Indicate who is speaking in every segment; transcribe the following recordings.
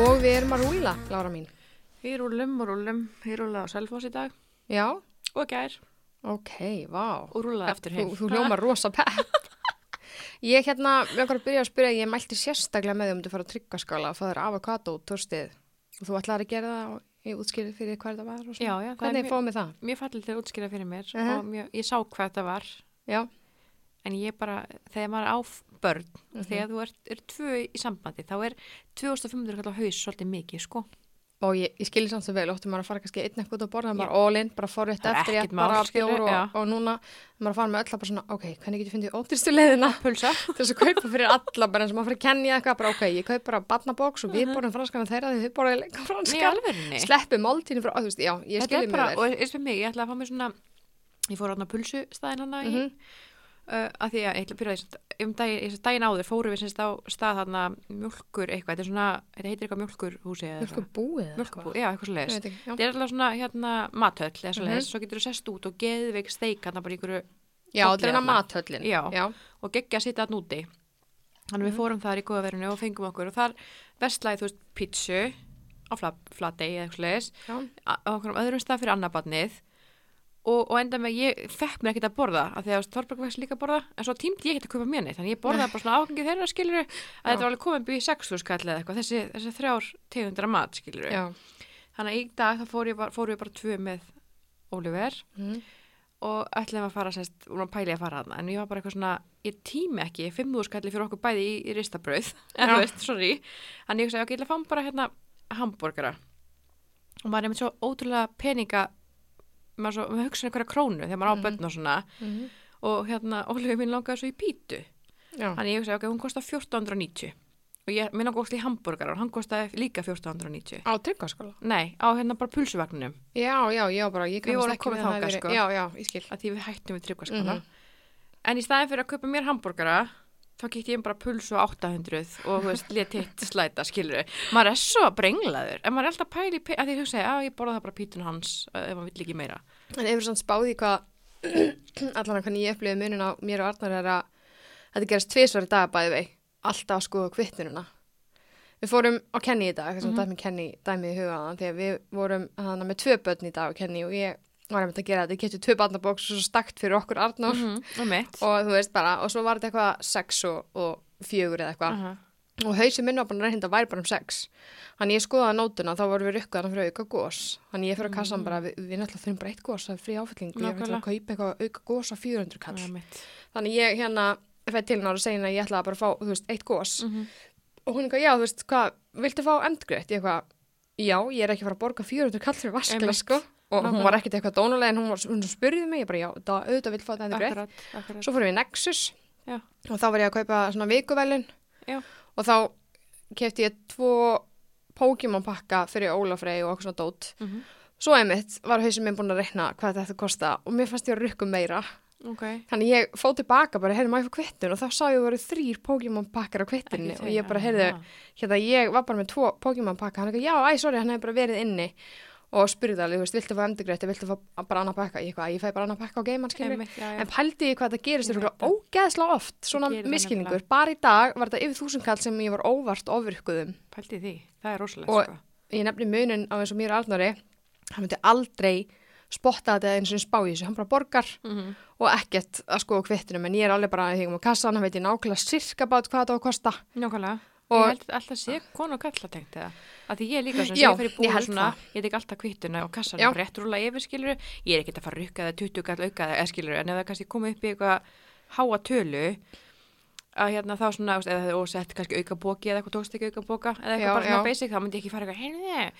Speaker 1: Og við erum að rúla, Lára mín.
Speaker 2: Við rúlum og rúlum, ég rúlaði á Selfoss í dag
Speaker 1: Já,
Speaker 2: og gær
Speaker 1: ok, vá.
Speaker 2: og rúlaði aftur heim.
Speaker 1: Þú, þú hljómar rosa pepp. Ég hérna, við okkur að byrja að spyrja, ég mælti sérstaklega með því um þú fara að tryggaskála, fæður avokado og törstið og þú ætlaði að gera það og ég útskýrði fyrir þér hvað þetta var og svona.
Speaker 2: Já, já, það er
Speaker 1: Hvernig
Speaker 2: mjög-
Speaker 1: fáum við það?
Speaker 2: Mér fallið til að útskýra fyrir mér
Speaker 1: Mhm.
Speaker 2: og mjög, ég sá hvað þetta var
Speaker 1: Já,
Speaker 2: en ég bara, þegar maður á f- börn
Speaker 1: Mhm.
Speaker 2: og þegar þú ert, er tvö í sambandi þá er 2500 kallar haus svolítið mikið sko.
Speaker 1: og ég, ég skilji samt svo vel, óttum maður að fara kannski einn eitthvað út að borða, bara all in, bara forrétt
Speaker 2: Það er
Speaker 1: eftir,
Speaker 2: ekkert
Speaker 1: rétt, bara
Speaker 2: mál, skilurðu,
Speaker 1: bjór
Speaker 2: já.
Speaker 1: og, og núna, maður að fara með öll að bara svona, ok, hvernig getur fundið ótyrstu leiðina?
Speaker 2: Pulsa?
Speaker 1: til þess að kaupa fyrir alla bara eins og maður fyrir að kenja eitthvað bara ok, ég kaupa bara barnabóks og við borðum franskan en þeirra því þau borðum leika
Speaker 2: Mhm. Nei,
Speaker 1: franskan
Speaker 2: alveg
Speaker 1: sleppu máltíðinu frá, þú veist, já, ég
Speaker 2: Þetta
Speaker 1: skilji
Speaker 2: er
Speaker 1: mjög
Speaker 2: bara,
Speaker 1: vel
Speaker 2: og eins fyrir mig, ég ætla að fá mér svona, ég fór hann að pulsu staðin hann
Speaker 1: Mhm.
Speaker 2: uh, að því að ég ætla að byrja þess að um daginn, þess að daginn áður fórum við semst á stað hann að mjölkur eitthvað, þetta er svona, þetta heitir eitthvað mjölkurhúsi eða
Speaker 1: mjölku búið
Speaker 2: mjölkurbú, já, eitthvað svo
Speaker 1: ég
Speaker 2: leiðis.
Speaker 1: veit ekki,
Speaker 2: Þetta
Speaker 1: já,
Speaker 2: er alltaf svona hérna mathöll eða svo leiðis,
Speaker 1: Mhm.
Speaker 2: svo getur þú sest út og geðveik steik hann bara í ykkur
Speaker 1: já þetta er
Speaker 2: Pollið
Speaker 1: hana
Speaker 2: þarna.
Speaker 1: mathöllin
Speaker 2: Já.
Speaker 1: já,
Speaker 2: og geggja að sitja hann úti. Þannig
Speaker 1: Mhm.
Speaker 2: við fórum þar í góðaverinu og fengum okkur og þar vestlaði þú veist pítsu á flatei eða eitthvað svo leiðis
Speaker 1: já,
Speaker 2: á á einhverjum öðrum stað fyrir annað barnið og, og enda með að ég fekk mér ekkert að borða af því að Þorberg vext líka að borða en svo tímdi ég ekkert að kaupa mér neitt þannig ég borðaði bara svona áhengi þeirra skilur að þetta var alveg komin byggjið sexlúskall eða eitthvað þessi, þessi þrjár tegundar af mat skilur
Speaker 1: já.
Speaker 2: þannig að í dag þá fór ég bara, fór ég bara tvö með Oliver
Speaker 1: Mm.
Speaker 2: og ætlaðum að fara semst, og maður pæli að fara hana en ég var bara eitthvað svona, ég tími ekki fimmúðskalli fyrir okkur bæði í, í ristabrauð en þú veist, sorry, þannig ég sagði ok, ég ætla að fá bara hérna hambúrgara og maður er með svo ótrúlega peninga maður, svo, maður hugsa um einhverja krónu þegar maður á börn og svona
Speaker 1: Mhm.
Speaker 2: og hérna, Ólfið mín langaði svo í pítu
Speaker 1: já.
Speaker 2: þannig ég sagði ok, hún kostar 1490 og ég, mér langaði ótrúlega í hambúrgara og hann kostaði líka 1490
Speaker 1: á tryggaskóla
Speaker 2: nei, á hérna bara pulsuvagninum
Speaker 1: já, já, já, bara, ég
Speaker 2: Við
Speaker 1: kannast
Speaker 2: vorum
Speaker 1: ekki
Speaker 2: komin
Speaker 1: við að það
Speaker 2: þangað,
Speaker 1: hafi verið-
Speaker 2: sko.
Speaker 1: já, já, ég skil
Speaker 2: að því við hættum við tryggvaskala en í staðin fyrir að kaupa mér hambúrgara þá gekk ég bara pulsu á 800 og þú veist, let hitt slæta skilur maður er svo brenglaður en maður er alltaf pæli, að því ég hugsaði að ég borða það bara pítun hans eh, ef maður vill ekki meira
Speaker 1: En hefur svona spáði hvað, allan að hvernig ég upplifið munin á mér og Arnar er að þetta gerast tvisvar í dag bæði vei, alltaf að skoða kvittununa. Við fórum á Kenny í dag, þessum mm -hmm. dæmi Kenny dæmið í hugaðan, því að við vorum hana, með tvö börn í dag á Kenny og ég var einmitt að gera þetta, ég getur tvö barnabóks og svo stakt fyrir okkur Arnar
Speaker 2: og mitt
Speaker 1: og þú veist bara, og svo var þetta eitthvað sex og, og fjögur eða eitthvað
Speaker 2: Aha.
Speaker 1: og hausin minn var bara reynda væri bara um sex þannig ég skoðaði nótuna þá vorum við rukkaðan fyrir auka gós þannig ég fyrir að kassan bara, við, við náttúrulega þurfum bara eitt gós það er frí áfylling og ég ætla að
Speaker 2: Nákvæmlega.
Speaker 1: kaupa eitthvað auka gós á 400
Speaker 2: og
Speaker 1: kall
Speaker 2: um mitt
Speaker 1: þannig ég hérna fætt til nára og segja henni að ég ætlaði bara að fá þú veist, eitt gós
Speaker 2: Mhm.
Speaker 1: og hún eitthvað, já þú veist hvað viltu fá endgreitt, ég eitthvað já, ég er ekki að fara að borga 400 kall fyrir vaskla
Speaker 2: Einmitt.
Speaker 1: sko. og hún
Speaker 2: Nákvæmlega.
Speaker 1: var ekkit eitthvað dónuleg en hún, var, hún spurði mig, ég bara já, það auðvitað vil fá þetta endgreitt
Speaker 2: akkurat, akkurat.
Speaker 1: svo fórum við í Nexus
Speaker 2: Já.
Speaker 1: og þá var ég að kaupa svona vikuvelun
Speaker 2: Já.
Speaker 1: og þá kefti ég tvo Pokémon pakka fyrir Ólafrey og okkur svona dót
Speaker 2: Mhm.
Speaker 1: svo einmitt var hausinn minn búin að reyna hvað þetta kosta og mér fannst ég að rukka meira
Speaker 2: ok,
Speaker 1: þannig ég fóð tilbaka bara, heyrðu maður fyrir kvittun og þá sá ég að það voru þrýr Pokémon pakkar á kvittunni
Speaker 2: Ekki
Speaker 1: og ég
Speaker 2: tveir,
Speaker 1: bara,
Speaker 2: aha.
Speaker 1: heyrðu, hérna ég var bara með tvo Pokémon pakka, hann eitthvað, já, æ, sorry, hann hefði bara verið inni og spurði alveg, þú veist, viltu fá endurgrætti, viltu fá bara annað pakka, ég, eitthvað, ég fæ bara annað pakka á geimanskilur
Speaker 2: Einmitt, já, já.
Speaker 1: En pældi ég hvað þetta gerist
Speaker 2: Ég
Speaker 1: er
Speaker 2: veit
Speaker 1: okkur ógeðslega oft, svona
Speaker 2: gerir það
Speaker 1: miskinningur. Bara í dag var þetta yfir þúsund kall sem ég var óvart ofurkuðum.
Speaker 2: pældi í því, það er rosalega
Speaker 1: Og
Speaker 2: sko.
Speaker 1: ég nefni munin á eins og mér og Arnari, hann myndi aldrei spotta þetta eins og spá í þessu. Hann bara borgar
Speaker 2: Mhm.
Speaker 1: og ekkert að skoða kvittinum. En ég er alveg bara að þingum á kassan, hann veit ég nákvæmlega sirka bát hvað þetta á að kosta.
Speaker 2: Nákvæmlega.
Speaker 1: Og-
Speaker 2: ég held alltaf sé konu og kalla tengt eða. Að því ég er líka svona,
Speaker 1: Já,
Speaker 2: sem ég fer í
Speaker 1: ég
Speaker 2: búið
Speaker 1: held
Speaker 2: svona,
Speaker 1: það.
Speaker 2: ég tek alltaf kvittuna og kassan
Speaker 1: Já.
Speaker 2: er rétt rúla yfir skilur. Ég er ekkert að fara að rukka það 20 kall auka það skilur, en ef það kannski komið upp í eitthvað háa tölu, að hérna þá svona, þú veist, eða það er ósett kannski auka bóki eða eitthvað tókst ekki auka bóka, eða eitthvað
Speaker 1: Já,
Speaker 2: bara svona
Speaker 1: já.
Speaker 2: basic, þá myndi ég ekki fara eitthvað, heyrðu,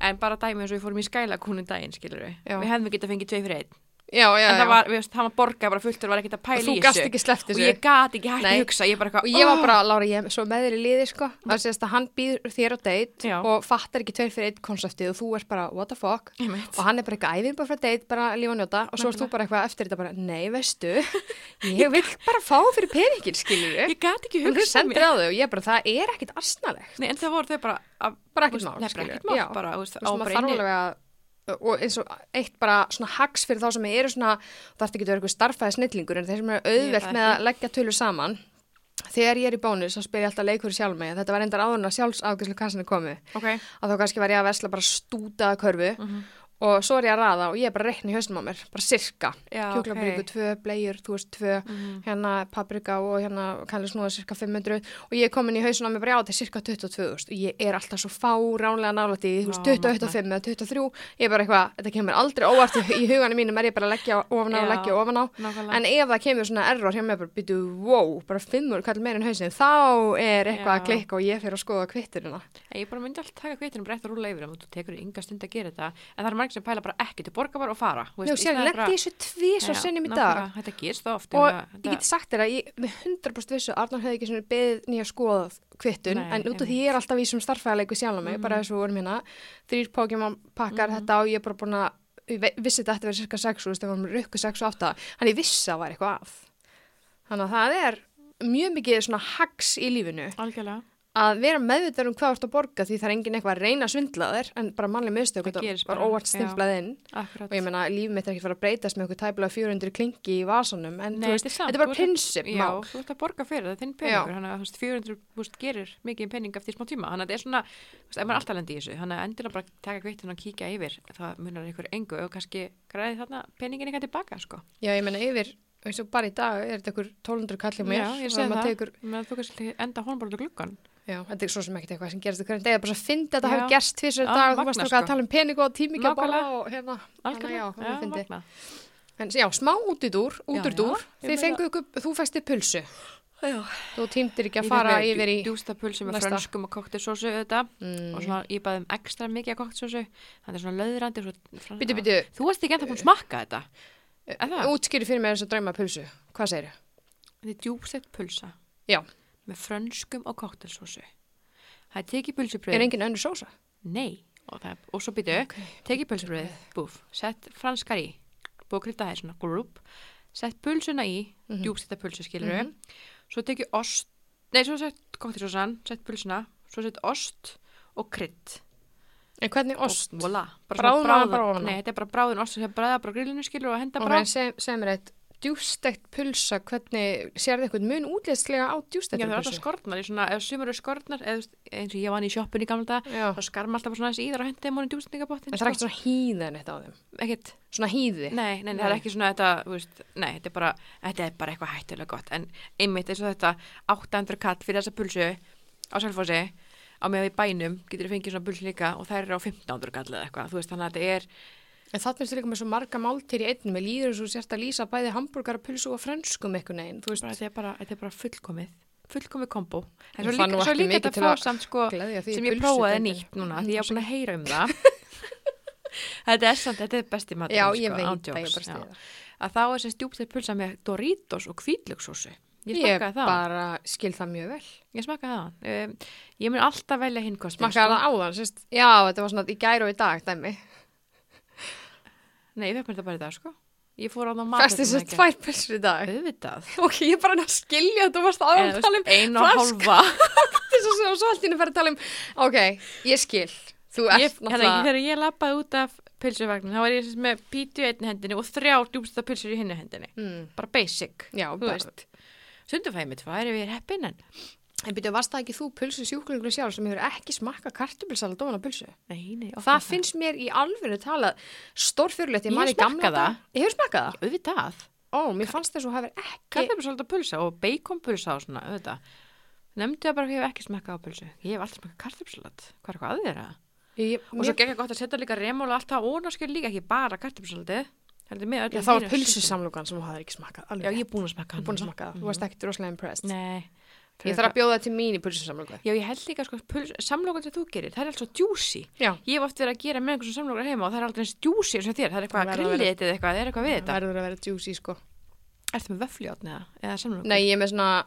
Speaker 2: en bara dæmi eins og við fórum í skælakúnu daginn, skilur
Speaker 1: Já.
Speaker 2: Við hefðum getað fengið tvei fyrir einn.
Speaker 1: Já, já,
Speaker 2: En
Speaker 1: já.
Speaker 2: það var, við veist, hann var borgað bara fullt og var ekkert að pæla
Speaker 1: Og þú
Speaker 2: í
Speaker 1: gast
Speaker 2: þessu.
Speaker 1: ekki sleppt
Speaker 2: Og
Speaker 1: þessu.
Speaker 2: ég gat ekki hægt
Speaker 1: Nei.
Speaker 2: að hugsa, ég bara eitthvað,
Speaker 1: Og ég var
Speaker 2: "Oh!"
Speaker 1: bara, Lára, ég er svo með þér í liði, sko. Það sést að hann býður þér á deitt
Speaker 2: Já.
Speaker 1: og fattar ekki tveir fyrir eitt konseptið og þú ert bara, what the fuck?
Speaker 2: Einmitt.
Speaker 1: Og hann er bara eitthvað æðin bara frá deitt, bara lífa og njóta og svo ert þú bara eitthvað eftir þetta bara, nei, veistu, ég vil bara fá fyrir peningin, skilur
Speaker 2: Ég gat ekki
Speaker 1: Hún
Speaker 2: hugsað mér.
Speaker 1: sendir á þau og ég bara, það er ekkit asnalegt.
Speaker 2: Nei, en það voru þau bara að,
Speaker 1: Bara ekkit
Speaker 2: Þú veist,
Speaker 1: mál,
Speaker 2: nei, bara
Speaker 1: skilurðu.
Speaker 2: ekkert mál,
Speaker 1: Já.
Speaker 2: bara, þú veist,
Speaker 1: Þú veist,
Speaker 2: á
Speaker 1: maður
Speaker 2: bara
Speaker 1: þarf
Speaker 2: inni.
Speaker 1: alveg að- og eins og eitt bara svona hags fyrir þá sem eru svona, það ert ekki að vera eitthvað starfaði snillingur en þeir sem eru
Speaker 2: Ég er
Speaker 1: auðvelt
Speaker 2: það
Speaker 1: með að leggja tölu saman þegar ég er í bónus þá spyr ég alltaf leikur sjálf mig þetta var endar áðurna sjálfsafgjörslu kassan er komið
Speaker 2: Ok.
Speaker 1: að þá kannski var ég að vesla bara stútaða körfu
Speaker 2: Mhm.
Speaker 1: og svo er ég að raða og ég er bara að reikna í hausnum á mér, bara sirka
Speaker 2: Já,
Speaker 1: kjúklabríku
Speaker 2: ok. Mhm.
Speaker 1: 2, blegjur, þú veist 2 hérna paprika og hérna kannski snúða cirka 500 og ég er komin í hausnum á mér bara já, þetta er cirka 22 og ég er alltaf svo fá ránlega nálægt í þú veist,
Speaker 2: Já,
Speaker 1: 25 eða 23 ég er bara eitthvað, þetta kemur aldrei óvart í huganum mínum er ég bara að leggja ofan á og
Speaker 2: Já,
Speaker 1: leggja ofan á
Speaker 2: nákvæmlega.
Speaker 1: en ef það kemur svona error hjá mér bara byttu, wow, bara 5 kall meira en hausin þá er eitthvað
Speaker 2: Já.
Speaker 1: að klikka og ég fyrir að skoða kvittirina
Speaker 2: En Ég bara myndi alltaf taka kveitinu bara eftir að rúla yfir um, þú tekur ynga stund að gera þetta en það er margir sem pæla bara ekki til borga bara og fara þú
Speaker 1: Nú, sér,
Speaker 2: í
Speaker 1: ég
Speaker 2: staðinn bara-
Speaker 1: lendi þessu tvísvar
Speaker 2: Já,
Speaker 1: sinnum í dag
Speaker 2: nákvæmlega, Þetta gerst það oft
Speaker 1: og
Speaker 2: um,
Speaker 1: ég
Speaker 2: að-
Speaker 1: get sagt þér að ég, með 100% vissu að Arnar hefði ekki svona beðið nýja skoðað kvittun,
Speaker 2: Nei, Mm.
Speaker 1: en út af því ég er alltaf í sem starffæðarleiku sjálf á mig, bara þess að við vorum hérna þrýr Pokémon pakkar þetta og ég er bara búin að, ég ve- vissi þetta eftir að vera cirka 6 og það var rukku 6 og 8 þannig ég vissi að það var eitthvað að þannig að það er mjög mikið svona hacks í lífinu
Speaker 2: Algjörlega,
Speaker 1: að vera meðvitað um hvað þú ert að borga því það er engin eitthvað að reyna að svindla á þér en bara mannlega miðstöð,
Speaker 2: Það gerist
Speaker 1: bara
Speaker 2: bara,
Speaker 1: óvart
Speaker 2: já.
Speaker 1: stimplað inn
Speaker 2: akkurat
Speaker 1: og ég meina líf mitt er ekki að fara að breytast með okkur tæplega 400 klingi í vasanum en
Speaker 2: Nei,
Speaker 1: þú veist,
Speaker 2: þetta er samt,
Speaker 1: þetta er bara
Speaker 2: þú ert að-
Speaker 1: prinsip
Speaker 2: Já, þú ert að borga fyrir það, þinn
Speaker 1: Já.
Speaker 2: peningur þannig að þú veist, 400 búst, gerir mikið pening eftir smá tíma þannig að þetta er svona, þú veist, ef maður er alltaf lendi í þessu þannig að endilega bara taka kveitin og kíkja yfir það munar ykkur engu og kannski græði þarna peningin eitthvað tilbaka sko.
Speaker 1: já, ég meina yfir, eins og bara í dag er þetta ykkur 1200 kallið mér
Speaker 2: Já, ég
Speaker 1: og
Speaker 2: segi
Speaker 1: maður
Speaker 2: það,
Speaker 1: tekur,
Speaker 2: menn þú kannski enda honum bara út á gluggan
Speaker 1: já, þetta er svo sem ekkert eitthvað sem gerist í hverjum degi, bara svo fyndi að þetta
Speaker 2: Já.
Speaker 1: hafi gerst tvisur
Speaker 2: Já,
Speaker 1: dag og þú
Speaker 2: magnað,
Speaker 1: varst okkar að
Speaker 2: sko.
Speaker 1: tala um pening og tíminga bara
Speaker 2: Nákvæmlega.
Speaker 1: og hérna, þannig að já,
Speaker 2: Algjörlega,
Speaker 1: það var fyndi
Speaker 2: magnað.
Speaker 1: en já, smá út í dúr,
Speaker 2: Já,
Speaker 1: út úr
Speaker 2: já.
Speaker 1: dúr
Speaker 2: Ég
Speaker 1: þið
Speaker 2: meina-
Speaker 1: fenguð ykkur, þú fæst þið pulsu
Speaker 2: Já.
Speaker 1: þú týmdir ekki
Speaker 2: Ég
Speaker 1: að
Speaker 2: fekk
Speaker 1: fara
Speaker 2: mér
Speaker 1: yfir í
Speaker 2: djú- djústa pulsu með
Speaker 1: næsta.
Speaker 2: frönskum og koktelsósu auðvitað
Speaker 1: Mm.
Speaker 2: og svona ég baði um ekstra mikið af koktelsósu þannig að svona löðrandi svona,
Speaker 1: Bíddu, bíddu.
Speaker 2: Þú varst ekki ennþá búin að smakka þetta Er það?
Speaker 1: útskýri fyrir mér þess að drauma pulsu, hvað segir
Speaker 2: Þetta er djúbstætt pulsa
Speaker 1: Já,
Speaker 2: með frönskum og koktelsósu Það er tekið
Speaker 1: er
Speaker 2: pulsubröð
Speaker 1: engin önnur sósa?
Speaker 2: Nei og, það, og svo býtu,
Speaker 1: Ok.
Speaker 2: tekið pulsubröð búf, sett franskar í búið að krydda þær svona grúp sett pulsuna í, mm -hmm. pulsu skilur svo tekið ost nei, svo sett koktelsósan, sett pulsuna svo sett ost og krydd
Speaker 1: En hvernig ost?
Speaker 2: og, vola,
Speaker 1: Bráðnar bara ofan á.
Speaker 2: nei, þetta er bara bráðun ost sem bræða bara á grillinu skilur og henda
Speaker 1: Ok,
Speaker 2: bara á.
Speaker 1: seg, segð mér eitt, djústekt pulsa, hvernig, sér þið einhvern mun útlýstlega á
Speaker 2: Já,
Speaker 1: djústekt
Speaker 2: það er alltaf
Speaker 1: pulsu?
Speaker 2: sko- skortnar, í svona, ef sumur eru skortnar eða, þú veist, eins og ég vann í sjoppunni í gamla dag
Speaker 1: Já.
Speaker 2: þá skarum alltaf bara svona aðeins í þar og hendi þeim honum djústendingabottin
Speaker 1: En það er ekkert svona hýðan eitt á þeim?
Speaker 2: ekkert
Speaker 1: Svona hýði?
Speaker 2: Nei, nei, nei, það er ekki svona þetta, þú veist, nei, þetta er bara, þetta er bara eitthvað hættulega gott, en einmitt eins og þetta 800 kall fyrir þessa pulsu á Selfossi, á meðan í bænum getur þú fengið svona pulsu líka og þær eru á 1500 kall eða eitthvað, þú veist, þannig að þetta er,
Speaker 1: En það finnst þið líka með svo marga máltir í einnig, með líður svo sért að lýsa bæði hambúrgara pulsu og frönskum eitthvað neginn, þú
Speaker 2: bara,
Speaker 1: veist?
Speaker 2: þetta er bara, þetta er bara fullkomið, fullkomið kombo. En
Speaker 1: Ég
Speaker 2: svo
Speaker 1: fann nú
Speaker 2: líka, svo
Speaker 1: ekki
Speaker 2: líka
Speaker 1: mikið
Speaker 2: þetta
Speaker 1: til að
Speaker 2: fásamt, sko,
Speaker 1: gleðja því í
Speaker 2: sem ég
Speaker 1: pulsu
Speaker 2: prófaði
Speaker 1: deildinni.
Speaker 2: nýtt núna, því ég er búin að heyra um það. þetta er samt, þetta er besti matur,
Speaker 1: Já, ég veit
Speaker 2: án
Speaker 1: það, ég
Speaker 2: djóks,
Speaker 1: bara styð
Speaker 2: já.
Speaker 1: það.
Speaker 2: Að þá er sem stjúptir pulsa með Doritos og kvítlöksósu. Ég
Speaker 1: Ég
Speaker 2: smakkaði það.
Speaker 1: bara skil það mjög vel.
Speaker 2: Ég smakkaði það. Um, ég mun alltaf velja hinn sko. kostin.
Speaker 1: Makkaði það áðan, sérst? Já, þetta var svona í gær og í dag, dæmi.
Speaker 2: Sko. Nei, ég fekk mér þetta bara í dag, sko. Ég fór á það matur.
Speaker 1: Fæst þessu tvær pulsur í dag.
Speaker 2: Auðvitað.
Speaker 1: Ok, ég er bara að skilja þetta, þú varst áðan að tala um
Speaker 2: Einu og
Speaker 1: fransk-
Speaker 2: hálfa.
Speaker 1: Þess að svo, svo allt í henni fer að tala um Ok, ég skil Þú ert
Speaker 2: Ég, hérna,
Speaker 1: náttúrulega
Speaker 2: þegar ég lappaði út af pilsuvagnin, þá var ég sem sagt með pítu í einni hendinni og þrjá djúmsta pilsur í hinni hendinni.
Speaker 1: mm,
Speaker 2: Bara basic.
Speaker 1: Já,
Speaker 2: þú
Speaker 1: bara
Speaker 2: veist. Stundum fæði mig tvær ef ég er heppin en.
Speaker 1: En byrju, varst það ekki þú pulsu sjúklingur sjálf sem hefur ekki smakka kartubilsalat ofan á pulsu?
Speaker 2: Nei, nei.
Speaker 1: Það,
Speaker 2: oft er
Speaker 1: finnst mér í alvöru talað stórfjörlegt, ég
Speaker 2: Ég
Speaker 1: man í
Speaker 2: hef
Speaker 1: gamla
Speaker 2: smakkað
Speaker 1: daga- Ég hefur smakkað það?
Speaker 2: Auðvitað.
Speaker 1: Ó, mér fannst þess að þú hefur ekki
Speaker 2: Kallar mér svolítið pulsa og baconpulsa og svona, auðvitað. Nefndi það bara að ég hef ekki smakkað á pulsu. Ég hef alltaf smakkað kartöpsalat. Hvað er eitthvað að þér að?
Speaker 1: ég,
Speaker 2: Og
Speaker 1: mér,
Speaker 2: svo gekk gott að setja líka remóla alltaf á ónaskjöld líka, ekki bara kartöpsaldið. Heldur með
Speaker 1: já,
Speaker 2: öllum
Speaker 1: Það var
Speaker 2: mínum systrum.
Speaker 1: pulsusamlokan sem þú hefur ekki smakkað
Speaker 2: Já,
Speaker 1: alveg.
Speaker 2: ég er búin að smakka hann.
Speaker 1: búin að smakka það, þú varst ekkert rosalega impressed
Speaker 2: Nei.
Speaker 1: Ég þarf að bjóða það til mín í pulsusamlokan
Speaker 2: Já, ég held líka sko, puls, samlokan sem þú gerir, það er alltaf djúsi.
Speaker 1: Já,
Speaker 2: Ég hef oft verið að gera með einhversum samlokar heima og það er aldrei eins djúsi eins og þér. Það er eitthvað
Speaker 1: Það verður að
Speaker 2: grillið þetta eða eitthvað, það er eitthvað við
Speaker 1: það
Speaker 2: þetta.
Speaker 1: verður að vera juicy sko
Speaker 2: Ertu með vöfljótn eða, eða samlokan?
Speaker 1: Nei, ég er með svona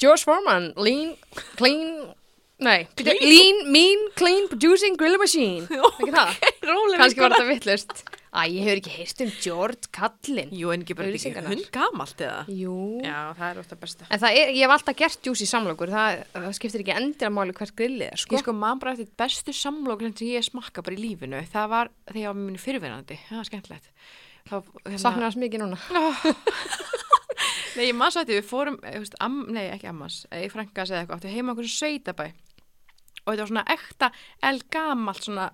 Speaker 1: George Foreman, lean, clean Nei,
Speaker 2: Clean?
Speaker 1: lean, mean, clean producing grill machine Ekki það?
Speaker 2: Rólega
Speaker 1: Kanski var þetta vittlust Æ, ég hefur ekki heyrst um George Kallin
Speaker 2: Jú, en ekki bara þetta ekki
Speaker 1: Auglýsingarnar.
Speaker 2: hund gamalt eða?
Speaker 1: Jú
Speaker 2: Já, það er ofta besta.
Speaker 1: En það er, ég hef alltaf gert juicy samlokur Það, það skiptir ekki endilega máli hvert grillið er
Speaker 2: Ég
Speaker 1: sko.
Speaker 2: sko man bara eftir bestu samlokan sem ég smakka bara í lífinu. Það var þegar ég var með minni fyrirverandi. Það var skemmtilegt. Þá, hérna,
Speaker 1: Saknar þess mikið núna
Speaker 2: Oh. Nei, ég mann sætti, við fórum, eh, þú veist, am, nei, ekki eh, ammans, ég frænka að segja eitthvað, áttu heima okkur sveitabæ og þetta var svona ekta elgamalt svona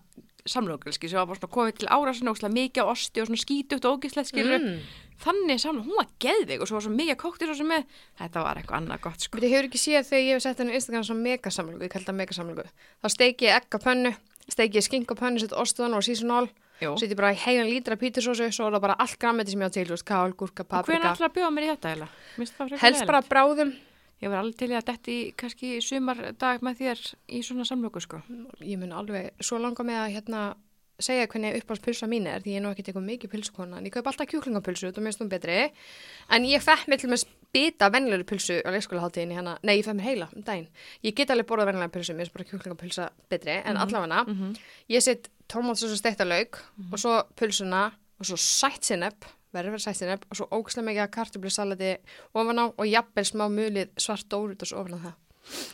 Speaker 2: samlokulski sem var bara svona komið til ára svona ógislega mikið á osti og svona skítugt og ógislegt skilur
Speaker 1: Mm.
Speaker 2: þannig samlok, hún var geðvig og svo var svo mikið kóktir svo sem með, þetta var eitthvað annað gott sko
Speaker 1: Við hefur ekki séð þegar ég hef sett henni á Instagram svona megasamlöku, ég kallt það megasamlöku. Þá steiki ég egg á pönnu, steiki ég skink á pönnu, sett ostuðan og seasonal,
Speaker 2: Jú.
Speaker 1: seti bara í heilan lítra pítusósu, svo er það bara allt grammeti sem ég á til, þú veist, kál, gúrka,
Speaker 2: og hvernig
Speaker 1: paprika.
Speaker 2: ætlar að bjóða mér í þetta eiginlega? Mér finnst það frekar
Speaker 1: Helst bara
Speaker 2: leiðinlegt.
Speaker 1: bráðum,
Speaker 2: Ég var alveg til í að detti kannski sumardag með þér í svona samlöku sko
Speaker 1: ég mun alveg, svo langar mig að hérna segja hvernig uppáhalds pulsa mín er því ég er nú ekki eitthvað mikið pulsukona en ég kaup alltaf kjúklingapulsu, þú minnst hún betri en ég fekk mér til með bita vennilegur pulsu á leikskólaháttíðinni hérna, nei ég fekk mér heila um daginn, ég get alveg borðað vennilega pulsu mér er bara kjúklingapulsa betri en allavega ég set tómatsós og steiktalauk og svo pulsuna og svo sætt sinneb, verður verið sætt sinneb og svo ógæslega mikið kartublissalati ofan á og jafnvel smá mulið svart dórutos ofan á það,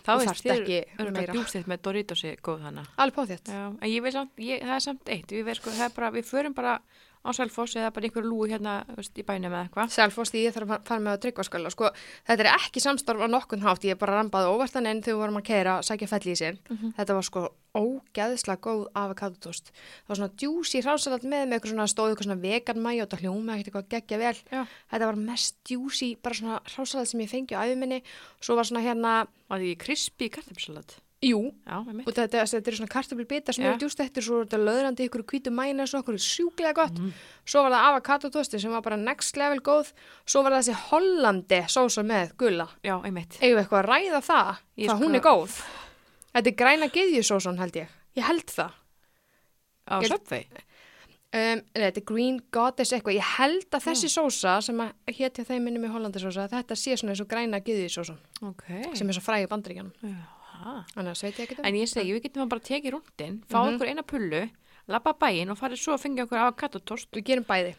Speaker 2: Þá
Speaker 1: Þú
Speaker 2: veist
Speaker 1: þarft
Speaker 2: þér
Speaker 1: ekki meira.
Speaker 2: örgulega djústitt með Doritosi góð hana
Speaker 1: alveg pátjætt
Speaker 2: Já, en ég vil samt, ég, það er samt eitt, við veist sko, það er bara, við förum bara á Selfoss eða bara í einhverju lúi hérna, þú veist, í bænum eða eitthvað.
Speaker 1: Selfoss því ég þarf að fara með að tryggva skala sko, þetta er ekki samstarf á nokkun hátt ég bara rambaði óvartan inn þegar við vorum að keira sækja fell í sin, þetta var sko ógeðslega góð avokadotust það var svona djúsi hrásalat með með eitthvað svona stóð eitthvað svona vegan mæj og það hljóma ekkert eitthvað geggja vel,
Speaker 2: Já.
Speaker 1: þetta var mest djúsi bara svona hrásalat sem ég fengi á æfuminni svo var svona hérna,
Speaker 2: Og því krispi kartabsalat.
Speaker 1: jú
Speaker 2: Já, með mitt.
Speaker 1: og þetta, þetta er svona kartöflubita sem
Speaker 2: Já.
Speaker 1: eru djúst eftir svo er þetta löðrandi ykkur hvítu mæna svo okkur sjúklega gott
Speaker 2: Mm.
Speaker 1: svo var það avokatotosti sem var bara next level góð svo var það þessi hollandi sósa með gula
Speaker 2: Já, með mitt.
Speaker 1: eigum við eitthvað að ræða það
Speaker 2: Ég
Speaker 1: það
Speaker 2: sko-
Speaker 1: hún er góð þetta er græna gyðjusósan held ég ég held það
Speaker 2: Á
Speaker 1: Ég-
Speaker 2: Subway.
Speaker 1: um, nei, þetta er green goddess eitthvað ég held að þessi sósa sem að héti þeim minnum í hollandi sósa þetta sé svona eins og græna gyðjusósan
Speaker 2: Ok.
Speaker 1: sem er svo fræði bandaríkjanum
Speaker 2: Já.
Speaker 1: annars veit ég ekki
Speaker 2: En ég segi, við getum bara að tekið rúndin, fá
Speaker 1: Mhm.
Speaker 2: okkur eina pullu, labba bæinn og farið svo að fengja okkur avokatotost
Speaker 1: við gerum bæði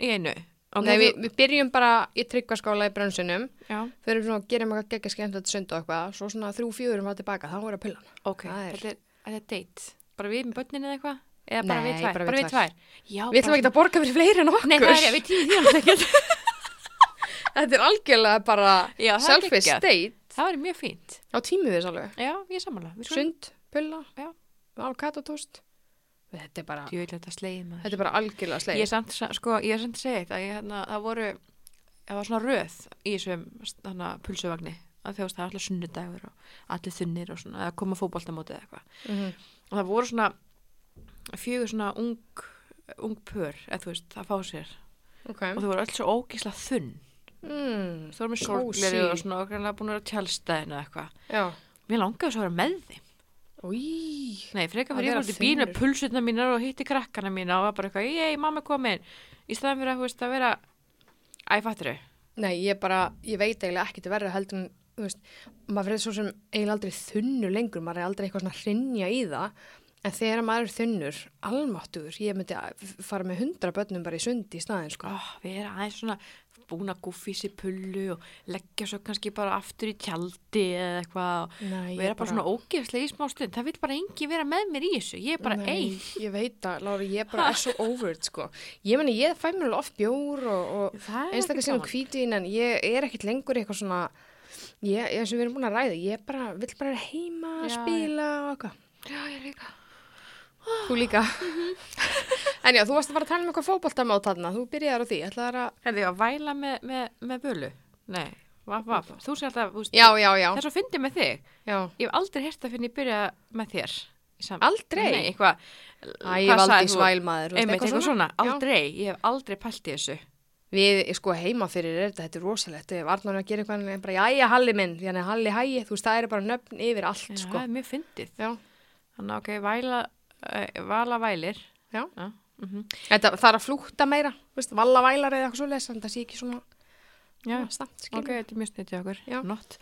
Speaker 2: í einu. Ok,
Speaker 1: Nei, við, við byrjum bara í tryggvaskála í brennsunum
Speaker 2: Já,
Speaker 1: fyrir svona að gera eitthvað geggja skemmt að sunda og eitthvað, svo svona þrjú fjögurum að tilbaka, þá er að pilla hana.
Speaker 2: ok.
Speaker 1: Það er-
Speaker 2: Þetta er, þetta er date. Bara við með börnin eða eitthvað? Eða bara
Speaker 1: Nei,
Speaker 2: við tvær?
Speaker 1: bara við tvær.
Speaker 2: tvær. Já,
Speaker 1: Við ætlum ekki að borga fyrir fleiri en okkur.
Speaker 2: Nei, það er, við tímum því alveg ekki.
Speaker 1: Þetta er algjörlega bara
Speaker 2: Já, það er
Speaker 1: selfish
Speaker 2: geggjað.
Speaker 1: state.
Speaker 2: Það var mjög fínt.
Speaker 1: Á tími við þess alveg.
Speaker 2: Já, ég er sammála. Við skulum-
Speaker 1: Sund, pilla,
Speaker 2: Já.
Speaker 1: avokatotost. Þetta er bara,
Speaker 2: Ég vil þetta slegið maður.
Speaker 1: Ah. þetta er bara algjörlega
Speaker 2: Ég
Speaker 1: sleið.
Speaker 2: er samt, sa- sko, ég er samt að segja eitt að ég, hérna, það voru, það var svona röð í þessum hana, pulsuvagni að þjóðast það er alltaf sunnudagur og allir þunnir og svona, eða koma fótboltamótið eða eitthvað.
Speaker 1: Mhm,
Speaker 2: Og það voru svona fjögur svona ung, ung pör, eða þú veist, að fá sér.
Speaker 1: Ok.
Speaker 2: Og þau voru öll svo ógísla þunn.
Speaker 1: Mm,
Speaker 2: Þú voru með
Speaker 1: Kósí.
Speaker 2: sorgleri og svona, og greinlega búin að vera tjálstæðinu eða eitthvað.
Speaker 1: já.
Speaker 2: Mér langaði svo að vera með þeim.
Speaker 1: Í.
Speaker 2: Nei, frekar
Speaker 1: Að
Speaker 2: fyrir ég
Speaker 1: vera
Speaker 2: út í bíl með
Speaker 1: þunnur.
Speaker 2: pulsutna mínar og hitti krakkana mína og var bara eitthvað, ég, mamma er komin í staðan fyrir að, þú veist, að vera Æ, fattur þau?
Speaker 1: Nei, ég bara, ég veit eiginlega ekkert verður heldur en, þú veist, maður verður svo sem eiginlega aldrei þunnu lengur, maður er aldrei eitthvað svona að hrinja í það, en þegar maður er þunnur, almáttur, ég myndi að f- fara með hundra börnum bara í sundi í staðin, sko.
Speaker 2: Oh, vera aðeins svona búin að guffi sér pullu og leggja svo kannski bara aftur í tjaldi eða eitthvað og
Speaker 1: Nei, ég
Speaker 2: vera bara, svona ógeðslega í smá stund það vil bara engi vera með mér í þessu ég er bara
Speaker 1: Nei,
Speaker 2: ein
Speaker 1: Ég veit að, Lári, ég bara er svo over it, sko. Ég meni, ég fæ mér alveg oft bjór og,
Speaker 2: Það er
Speaker 1: og
Speaker 2: ekki
Speaker 1: einstaklega sínum
Speaker 2: gaman.
Speaker 1: kvítin, en ég er ekkert lengur í eitthvað svona, ég, ég, sem við erum búin að ræða, ég bara, vill bara vera heima,
Speaker 2: Já, já.
Speaker 1: spila og eitthvað.
Speaker 2: Já, ég líka Mhm.
Speaker 1: Þú líka. en já, þú varst að fara að tala um eitthvað fótboltamót þarna. Þú byrjaðar á því. Ætlaðar að...
Speaker 2: Hefði ég að væla með, með, með völu? Nei, vaf, vaf Þú sé alltaf, þú veist,
Speaker 1: Já, já, já.
Speaker 2: það er svo fyndið með þig
Speaker 1: já.
Speaker 2: Ég hef aldrei heyrt það fyrir ég byrja með þér í sam-
Speaker 1: Aldrei?
Speaker 2: Nei, eitthvað
Speaker 1: Æ, ég valdi svælmaður.
Speaker 2: Einmitt, eitthvað svona, aldrei, ég hef aldrei pælt í þessu
Speaker 1: Við, ég sko, heima fyrir er þetta, þetta er rosalegt. Ef Arnar er að gera eitthvað, hann er bara, jæja, Halli minn, því hann er Halli hægi. Þú veist, það eru bara nöfn yfir allt,
Speaker 2: Já,
Speaker 1: sko.
Speaker 2: það er mjög fyndið
Speaker 1: Já,
Speaker 2: Þannig, ok, væla, uh, vala vælir
Speaker 1: já.
Speaker 2: Já, mhm.
Speaker 1: Þetta, það er að flúkta meira, þú veist, vallavælar eða eitthvað svo en það sé ekki svona,
Speaker 2: Já,
Speaker 1: svona stamt,
Speaker 2: ok,
Speaker 1: skilur.
Speaker 2: þetta er mjög snitt í okkur.
Speaker 1: Já.
Speaker 2: Not.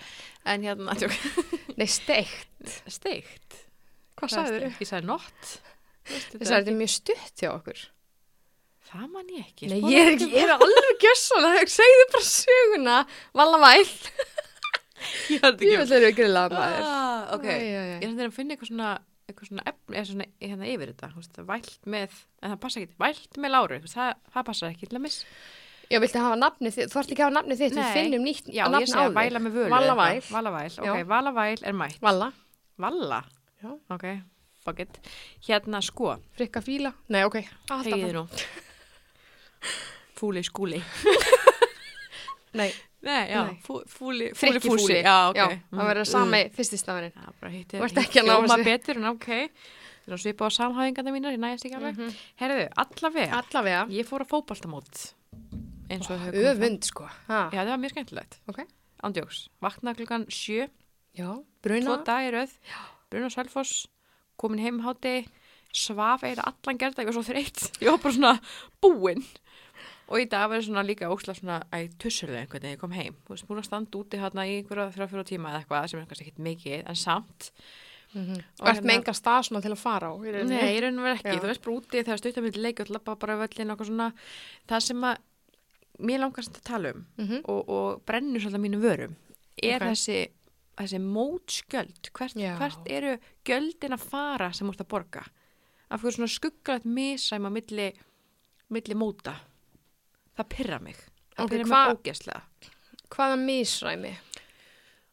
Speaker 2: En hérna, tjók.
Speaker 1: Nei, steikt.
Speaker 2: Steikt.
Speaker 1: Hvað sagður
Speaker 2: Ég sagði not. Veistu
Speaker 1: Þess að þetta er mjög stutt hjá okkur.
Speaker 2: Það man ég ekki.
Speaker 1: Nei,
Speaker 2: sko.
Speaker 1: ég er, ekki- ég er alveg gjössan, segðu bara söguna, vallavæl.
Speaker 2: Ég held
Speaker 1: Ég vil þeirra grilla maður.
Speaker 2: Ah, ok,
Speaker 1: Æ, æ, æ.
Speaker 2: ég er hérna að finna eitthvað svona, eitthvað svona efni, eða svona hérna yfir þetta, þú veist, vælt með, en það passa ekki, vælt með láru, þú veist, það, það passa ekki, til að miss.
Speaker 1: Já, viltu hafa nafnið þitt? Þú ætti ekki að hafa nafnið þitt, við
Speaker 2: Nei.
Speaker 1: finnum nýtt
Speaker 2: Já,
Speaker 1: nafn
Speaker 2: ég segja
Speaker 1: á
Speaker 2: væla með völu.
Speaker 1: Vallavæl.
Speaker 2: eitthvað. Vallavæl,
Speaker 1: Já.
Speaker 2: ok, vallavæl er mætt.
Speaker 1: Valla.
Speaker 2: Valla,
Speaker 1: Já.
Speaker 2: ok, fuck it. Hérna, sko,
Speaker 1: Frikka fíla. Nei, ok. Alltaf
Speaker 2: hegiði
Speaker 1: það.
Speaker 2: nú. Fúli skúli.
Speaker 1: Nei,
Speaker 2: Nei, já,
Speaker 1: Nei.
Speaker 2: Fú, fúli, fúli
Speaker 1: frikki
Speaker 2: fúsi.
Speaker 1: fúsi.
Speaker 2: Já, ok. Mm.
Speaker 1: það verður sami fyrsti stafurinn.
Speaker 2: Já, bara hitti
Speaker 1: Þú ert ekki að ná
Speaker 2: hljóma
Speaker 1: þessu.
Speaker 2: betur en ok. Það er að svipa á samhæðingarna mínar, ég næst ekki alveg.
Speaker 1: Mhm.
Speaker 2: Herðu, allavega,
Speaker 1: Allavega.
Speaker 2: ég fór að fótbaltamót. Eins og hefur komið fram.
Speaker 1: Öfund, sko. Ha.
Speaker 2: Já, það var mjög skemmtilegt.
Speaker 1: Ok.
Speaker 2: Andjóks, vakna klukkan sjö,
Speaker 1: Já,
Speaker 2: tvo
Speaker 1: bruna.
Speaker 2: dagir öð, bruna Sælfoss, komin heim um háti, svaf eða allan gerða, ég var svo þreytt. Ég var bara svona búinn. Og í dag var ég svona líka ósla svona að tussulega einhvern veginn, ég kom heim. Þú veist, búin að standa úti hérna í einhverja þrjá fjóra tíma eða eitthvað sem er kannski ekkit mikið, en samt.
Speaker 1: Og hérna- ert Mhm. með enga stað svona til að fara á. í rauninni.
Speaker 2: Nei, ég raun og verið ekki.
Speaker 1: Já.
Speaker 2: Þú veist bara úti þegar stuttum við leik og lappa bara völlin og eitthvað svona. Það sem að mér langast að tala um
Speaker 1: Mhm.
Speaker 2: og, og brennur svolítið mínum vörum er
Speaker 1: Ok.
Speaker 2: þessi, þessi mótskjöld. Hvert,
Speaker 1: Já.
Speaker 2: hvert eru gjöldin að fara sem úrst að borga? Af hverju svona skuggalegt misæma milli, milli móta? Það pyrra mig. Það
Speaker 1: Ok,
Speaker 2: pyrra
Speaker 1: hva-
Speaker 2: mig ógæslega.
Speaker 1: Hvaða misræmi?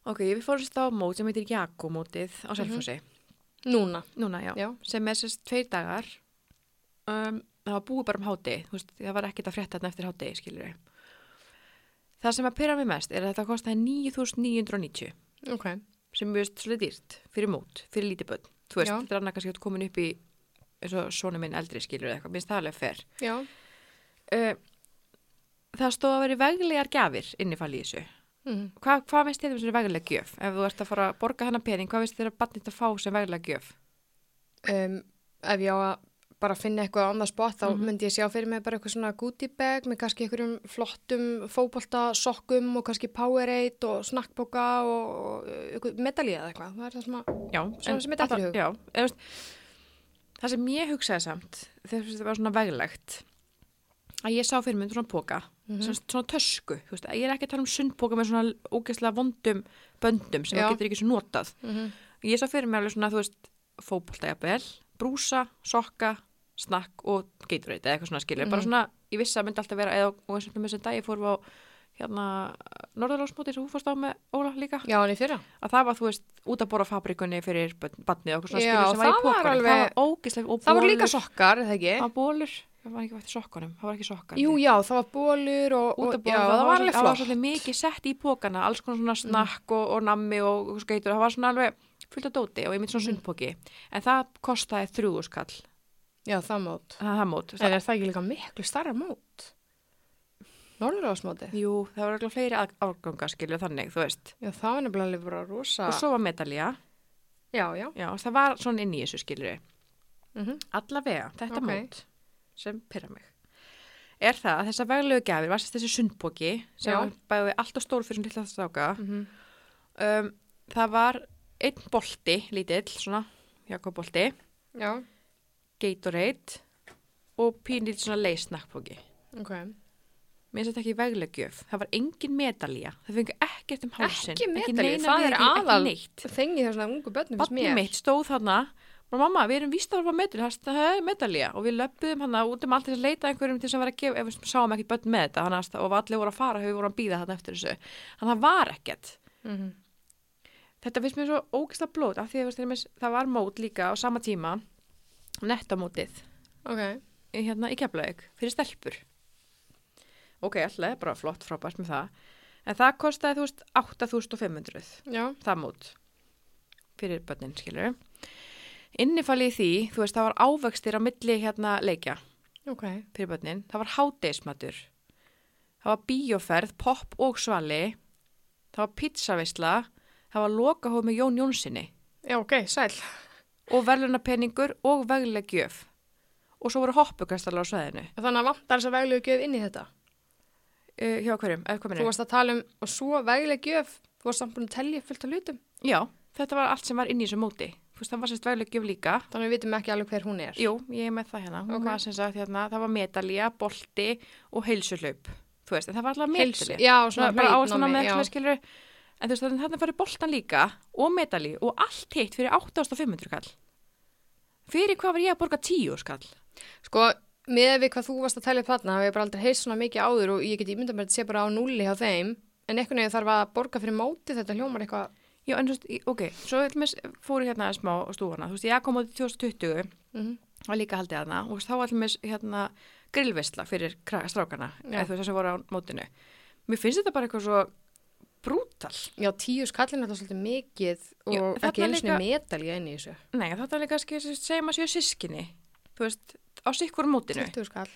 Speaker 2: Ok, við fórum sérst á mót sem heitir Jakobmótið
Speaker 1: Mhm.
Speaker 2: á Selfossi.
Speaker 1: Núna.
Speaker 2: Núna, já.
Speaker 1: Já.
Speaker 2: Sem er sérst tveir dagar. Um, það var búið bara um háti. Veist, það var ekkert að frétta þarna eftir háti, skilur við. Það sem að pyrra mig mest er að þetta kostaði 9.990
Speaker 1: Ok.
Speaker 2: sem mjög svolítið dýrt fyrir mót, fyrir lítið börn. Þú veist,
Speaker 1: Já.
Speaker 2: þetta er annað kannski að komin upp í eins og sonu minn eldri skilur eða eitthvað, minnst það alveg fer.
Speaker 1: Já.
Speaker 2: Uh, það stóð að vera veglegar gjafir innifall í þessu.
Speaker 1: Mm.
Speaker 2: Hva, hvað veist þér um þessu veglega gjöf? Ef þú ert að fara að borga hennar pening, hvað veist þér að barnið þetta fá sem veglega gjöf?
Speaker 1: Um, ef ég á að bara finna eitthvað annað spott þá myndi ég sjá fyrir mig bara eitthvað svona goodie bag með kannski einhverjum flottum fótbolta sokkum og kannski Powerade og snakkboka og, og eitthvað medalíð eða eitthvað. Það er það sem að...
Speaker 2: Já,
Speaker 1: Svona
Speaker 2: en
Speaker 1: sem mér dettur í
Speaker 2: alla-
Speaker 1: hug.
Speaker 2: Já, eða, veist, það sem ég hugsaði samt, þegar þetta var svona veglegt, að ég sá fyrir mynd svona póka, mm
Speaker 1: Mhm.
Speaker 2: -hmm. svona tösku, þú veist, að ég er ekki að tala um sundpóka með svona ógeðslega vondum böndum sem
Speaker 1: Já.
Speaker 2: það getur ekki svona notað.
Speaker 1: Mhm.
Speaker 2: Ég sá fyrir mig alveg svona, þú veist, fótbolta jafnvel, brúsa, sokka, snakk og geiturreita eða eitthvað svona skilur.
Speaker 1: Mhm.
Speaker 2: Bara svona, ég vissi að myndi alltaf vera, eða, og eins og með þessum dagi fórum við á hérna, Norðurlásmóti sem hún fórst á með Óla líka
Speaker 1: Já, hann er fyrra.
Speaker 2: að það var, þú veist, út að bóra fabrikunni fyrir badnið og okkur svona
Speaker 1: Já,
Speaker 2: skilur sem var í
Speaker 1: það var
Speaker 2: pókunni.
Speaker 1: alveg-
Speaker 2: Það var ógislega og
Speaker 1: Það voru
Speaker 2: bólur.
Speaker 1: líka sokkar, er það ekki?
Speaker 2: Það var bólur, það var ekki eftir sokkunum, það var ekki sokkar.
Speaker 1: Jú, já, það var bólur og,
Speaker 2: út að
Speaker 1: og
Speaker 2: bóra,
Speaker 1: já, það var alveg
Speaker 2: Það var
Speaker 1: flott. Mm.
Speaker 2: svolítið mikið sett í pókana, alls konar svona snakk og, og nammi og og skeitur, það var svona alveg fullt af dóti og ég mynd svona
Speaker 1: Mm.
Speaker 2: sundpóki. En það kostaði þrjúðuskall,
Speaker 1: Já, það mót.
Speaker 2: það, það mót.
Speaker 1: En er það ekki líka miklu starra mót? Norðurásmóti?
Speaker 2: Jú, það var eitthvað fleiri afgangar skilur þannig, þú veist.
Speaker 1: Já, það var nefnilega alveg bara rosa.
Speaker 2: Og svo var medalja,
Speaker 1: Já, já.
Speaker 2: já, það var svona inn í þessu skilur
Speaker 1: Mm
Speaker 2: Allavega, þetta
Speaker 1: Ok.
Speaker 2: mót sem pyrra mig er það að þessar veglegu gjafir var sérst þessi sundbóki sem
Speaker 1: Já. Mhm.
Speaker 2: var bæði alltaf stór fyrir svona lilla stráka um, það var einn bolti, lítill, svona jakobbolti,
Speaker 1: Já,
Speaker 2: Gatorade og pínlítið svona leysnakkbóki
Speaker 1: ok.
Speaker 2: mér finnst þetta ekki vegleggjöf, það var engin medalja það fengi ekkert um hálsinn
Speaker 1: Ekki medalíu,
Speaker 2: neina
Speaker 1: það er
Speaker 2: viðurkenningu,
Speaker 1: aðal
Speaker 2: ekki neitt
Speaker 1: þengið þess að ungu börnum finnst
Speaker 2: Barnið
Speaker 1: mér.
Speaker 2: mitt stóð þarna og mamma, við erum víst að horfa á medalja, það er medalja og við löpum hann út um allt til að leita að einhverjum til þess að vera að gefa, ef við sáum ekkert börn með þetta hann, og allir voru að fara, hefur voru að býða þarna eftir þessu þannig að það var ekkert
Speaker 1: Mm -hmm.
Speaker 2: þetta finnst mér svo ógæsla blót af því að þú veist, það var mót líka á sama tíma nettamótið
Speaker 1: Ok,
Speaker 2: í- hérna í Keflavík fyrir stelpur ok, alltaf, bara flott frábært með það en það kostaði, þú veist, 8500
Speaker 1: já.
Speaker 2: það mót fyrir börnin, skilur innifalið í því, þú veist, það var ávöxtir á milli hérna leikja
Speaker 1: Ok,
Speaker 2: fyrir börnin, það var hádeismatur það var bíóferð, popp og svali það var pizzavisla það var lokahóð með Jón Jónssoni
Speaker 1: já, ok, sæl.
Speaker 2: og verðlunapeningur og vegleg gjöf og svo voru hoppukastala á sveðinu
Speaker 1: Þannig að vantar þess að veglegu gjöf inn í þetta.
Speaker 2: uh, hjá hverjum, eða hvað
Speaker 1: Þú
Speaker 2: minnir
Speaker 1: varst að tala um, og svo veglegu gjöf, þú varst samt búin að telja fullt af hlutum.
Speaker 2: já, þetta var allt sem var inn í þessu móti þú veist, það var sérst vegleg gjöf líka
Speaker 1: Þannig að við vitum ekki alveg hver hún er.
Speaker 2: Jú, ég er með það hérna. Hún
Speaker 1: Ok.
Speaker 2: var sem sagt hérna, það var metalja, bolti og heilsulaup. Þú veist, en það var alltaf metalja.
Speaker 1: já,
Speaker 2: Svona
Speaker 1: svona
Speaker 2: bara á svona
Speaker 1: hlaupnámi,
Speaker 2: með
Speaker 1: já.
Speaker 2: eitthvað skilur. En þú veist, þannig þarna farið boltan líka og metalji og allt hitt fyrir 8500 kall. Fyrir hvað var ég að borga 10 skall?
Speaker 1: Sko, með við hvað þú varst að tala upp þarna hef ég bara aldrei heist svona mikið áður og ég get ímynda mér að þetta sé bara á nulli hjá þeim en einhvern veginn þarf að borga fyrir móti þetta hljómar eitthvað
Speaker 2: Já, en þú veist, í- ok, svo til mér fóru hérna aðeins smá á stúfana, þú veist, ég kom á 2020
Speaker 1: Mhm.
Speaker 2: og líka haldið hana og þú veist, þá var til mér hérna grillvisla fyrir kra- strákana,
Speaker 1: Já.
Speaker 2: eða þú veist, þess að voru á mótinu. Mér finnst þetta bara eitthvað svo brútal.
Speaker 1: já tíu skallin er alltaf svolítið mikið og
Speaker 2: Já,
Speaker 1: ekki
Speaker 2: þarna
Speaker 1: einu sinni
Speaker 2: líka-
Speaker 1: medalja inn í þessu
Speaker 2: Nei, þetta er líka, skil- segjum að séu sískinni, þú veist, á sikkur mótinu.
Speaker 1: 20 skall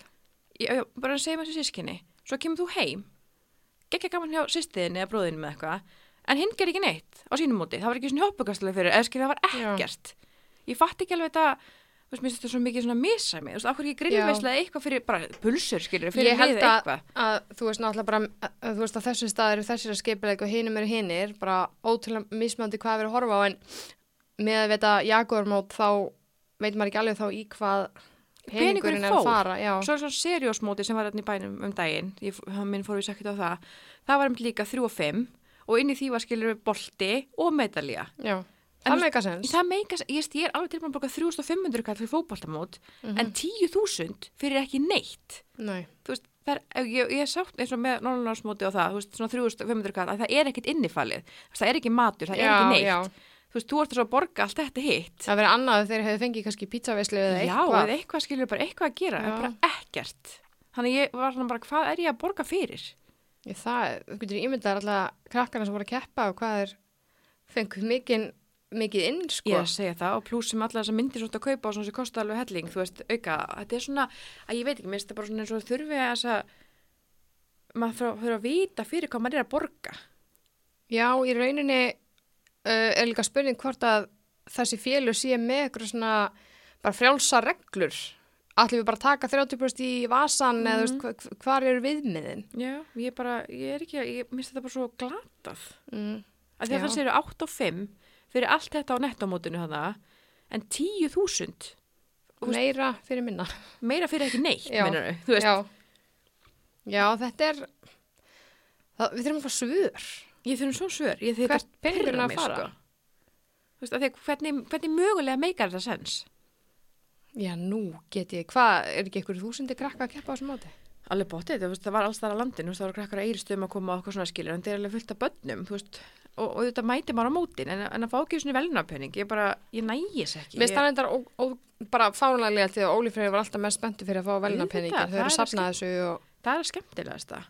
Speaker 2: já, já, bara segjum þessi sískinni svo kemur þú heim gekkja gaman hjá sýstiðinni eða bróðinni með eitthvað en hinn ger ekki neitt á sínum móti það var ekki svona hoppugastulega fyrir eða skil það var
Speaker 1: Já.
Speaker 2: ekkert ég fatt ekki alveg þetta þú veist, mér finnst þetta svo mikið svona misæmi þú veist, áhverju ekki grillveislega eitthvað fyrir bara pulsur skilur, fyrir
Speaker 1: ég held
Speaker 2: liðið
Speaker 1: að,
Speaker 2: eitthvað
Speaker 1: að þú veist náttúrulega bara að, að þú veist að þessum stað eru þessir að skipilega og hinum eru hinir, bara ótrúlega mismandi hvað við erum að horfa á en með að veita jaguarmót þá veit maður ekki alveg þá í hvað
Speaker 2: Peningurinn
Speaker 1: peningurinn er
Speaker 2: fór.
Speaker 1: að fara já,
Speaker 2: svo er svona seriósmóti sem var hérna í bænum um daginn ég, hann minn fór við sækkt á það það var um líka 3 og 5 og inn í því var skilur við bolti og medalja
Speaker 1: já.
Speaker 2: En þú-
Speaker 1: það meika sens
Speaker 2: Það meikast, ég, veist, ég er alveg tilbúin að borga 3500 kall fyrir fótballtamót
Speaker 1: Mhm.
Speaker 2: en 10.000 fyrir ekki neitt.
Speaker 1: Nei.
Speaker 2: Þú veist, það er, ef ég, ég er sátt eins og með norrlánsmóti og það, þú veist, svona 3500 kall að það er ekkit innifalið, Þú veist, það er ekki matur, það er
Speaker 1: Já,
Speaker 2: ekki neitt.
Speaker 1: já.
Speaker 2: Þú veist, þú ert svo að borga allt þetta hitt.
Speaker 1: það verið annað ef þeir hefðu fengið kannski pítsaveislu eða
Speaker 2: Já,
Speaker 1: eitthvað
Speaker 2: eða eitthvað skilur bara eitthvað að gera,
Speaker 1: Já.
Speaker 2: bara ekkert. Þannig ég var svona bara, hvað er ég að borga fyrir?
Speaker 1: Ég, það, þú getur ímyndað alltaf krakkana sem voru að keppa og hvað er fenguð mikið, mikið inn sko.
Speaker 2: Ég er að segja það og plussum allar þessar myndir svona að kaupa og svona sem kosta alveg helling, þú veist, auka, þetta er svona, að ég veit ekki, mér finnst þetta bara svona eins og þurfi að þess að maður þarf- þurfi að vita fyrir hvað maður er að borga.
Speaker 1: Já, í rauninni uh, er líka spurning hvort að þessi félur sé með eitthvað svona bara frjálsa reglur. Allir við bara að taka 30% í vasan eða
Speaker 2: Mhm.
Speaker 1: þú veist, hva- hvar eru viðmiðin?
Speaker 2: Já, ég bara, ég er ekki, að- ég mér finnst þetta bara svo glatað.
Speaker 1: Mm.
Speaker 2: Af því að
Speaker 1: Já.
Speaker 2: það séu 8 og 5 fyrir allt þetta á nettamótinu hana, en 10.000
Speaker 1: Meira fyrir minna.
Speaker 2: meira fyrir ekki neitt,
Speaker 1: Já.
Speaker 2: mennur þau, þú veist.
Speaker 1: Já. Já, þetta er, það, við þurfum að fá svör.
Speaker 2: Ég þurfum svo svör, ég þurfum
Speaker 1: Hvert peningurinn að fara?
Speaker 2: sko. Þú veist, af því að hvernig, hvernig mögulega meikar þetta sens?
Speaker 1: Já, nú get ég, hvað, er ekki einhverju þúsundir krakka að keppa á þessum móti?
Speaker 2: Alveg bóttið, þú veist, það var alls þar að landinu, þú veist, það voru krakkar að eiristum að koma á okkur svona skilur, en það er alveg fullt af börnum, þú veist, og, og þetta mæti maður á mótin, en, en að fá ekki svona velnapenning, ég bara, ég nægis ekki.
Speaker 1: Mér stannir þetta ó, ó, bara fánalega til að Óli Freyr var alltaf mest spenntu fyrir að fá velnapenningar.
Speaker 2: Auðvitað,
Speaker 1: Þau eru að
Speaker 2: það er
Speaker 1: sapna þessu og...
Speaker 2: ég, það er skemmtilegast það.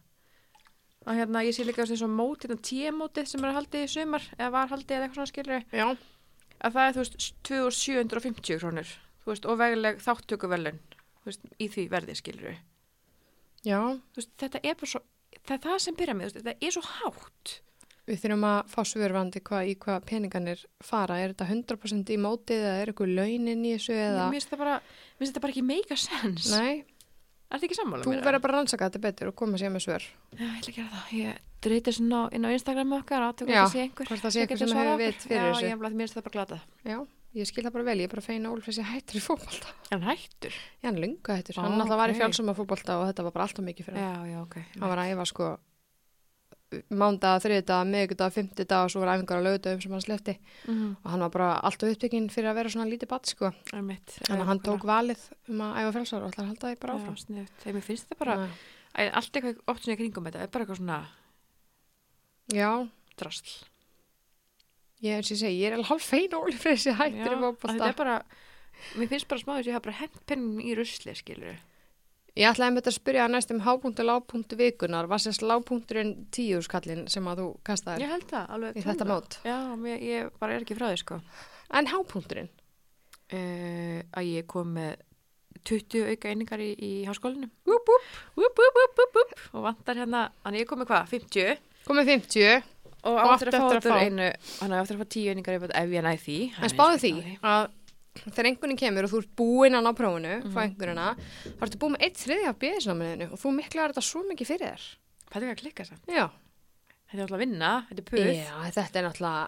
Speaker 2: Og hérna, ég sé líka þessu eins og mót, hérna tíemótið sem er haldið í sumar, eða var haldið eða eitthvað svona skilur,
Speaker 1: Já,
Speaker 2: að það er, þú veist, 2750 krónur, þú veist, og vegleg þáttökuvelun, þú veist, í því verði skilur.
Speaker 1: já,
Speaker 2: Þú veist, þetta er bara svo, það er það sem byrja með, þú veist, þetta er svo hátt.
Speaker 1: við þurfum að fá svörvandi hvað, í hvað peningarnir fara. Er þetta 100% í mótið eða er eitthvað launin í þessu eða...
Speaker 2: Mér finnst það bara, mér finnst þetta bara ekki meika sens.
Speaker 1: Nei,
Speaker 2: Er þetta ekki sammála
Speaker 1: þú
Speaker 2: mér?
Speaker 1: verður bara að rannsaka þetta betur og koma sér með svör.
Speaker 2: Já, ég ætla að gera það. Ég dreyti svona á- inn á Instagram okkar og aðtökum
Speaker 1: Já,
Speaker 2: það sé einhver.
Speaker 1: hvort það sé einhver
Speaker 2: getur
Speaker 1: sem
Speaker 2: svarað
Speaker 1: hefur
Speaker 2: okkur.
Speaker 1: vit fyrir
Speaker 2: Já,
Speaker 1: þessu.
Speaker 2: Já, ég mér finnst þetta bara glatað.
Speaker 1: Já, ég skil það bara vel, ég er bara feina Óli Freyr sé hættur í fótbolta.
Speaker 2: En hættur.
Speaker 1: Já, hann lunga hættur.
Speaker 2: Ó,
Speaker 1: Hann alltaf var í
Speaker 2: ok.
Speaker 1: fjálsum af fótbolta og þetta var bara alltaf mikið fyrir hann.
Speaker 2: Já, já, ok.
Speaker 1: Hann var að æfa sko mándaga, þriðdaga, miðugudaga, fymtudaga og svo var æfingar á lögudagum sem hann slefti
Speaker 2: Mm,
Speaker 1: og hann var bara alltaf uppbygginn fyrir að vera svona lítið bat sko.
Speaker 2: er mitt.
Speaker 1: Þannig að hann tók valið um að æfa frelsar og ætlar að halda því bara áfram.
Speaker 2: Já, sniðugt. Þegar mér finnst þetta bara,
Speaker 1: Bara,
Speaker 2: Æ, allt eitthvað oft svona í kringum þetta, er bara eitthvað svona
Speaker 1: já,
Speaker 2: drasl.
Speaker 1: ég er sem ég segi, ég er alveg hálf fein Óli fyrir þessi
Speaker 2: Já,
Speaker 1: hættir um
Speaker 2: að Þetta
Speaker 1: ábústa.
Speaker 2: er bara, mér finnst bara smá þess að ég hafa bara hent pennin í rusli, skilur.
Speaker 1: Ég ætlaði með þetta að spyrja næst um hápunktu lágpunktu vikunar. Var sérst lágpunkturinn tíu skallin sem að þú kastaði
Speaker 2: Ég held það, alveg.
Speaker 1: í þetta
Speaker 2: klárlega.
Speaker 1: mót?
Speaker 2: Já, mér, ég bara er ekki frá því, sko.
Speaker 1: En hápunkturinn?
Speaker 2: Uh, að ég kom með 20 auka einingar í, í háskólinum.
Speaker 1: Vúp, vúp.
Speaker 2: upp, upp, upp, upp, upp og vantar hérna, þannig ég kom með hvað, 50
Speaker 1: Komið 50, Og
Speaker 2: og
Speaker 1: átti
Speaker 2: áttur að fá
Speaker 1: eftir að
Speaker 2: áttur
Speaker 1: fá.
Speaker 2: einu þannig að áttur að fá 10 einingar ef- ef ég næði því
Speaker 1: en spáðu því að þegar einhvernig kemur og þú ert búinn að ná prófunu frá einhverjuna, þá ertu búinn með eitt þriðja af bíðisnámiðinu og þú miklaður þetta svo mikið fyrir þér.
Speaker 2: Hvað er að klikka samt?
Speaker 1: Já.
Speaker 2: Þetta er alltaf að vinna, þetta er puð
Speaker 1: Já, þetta er náttúrulega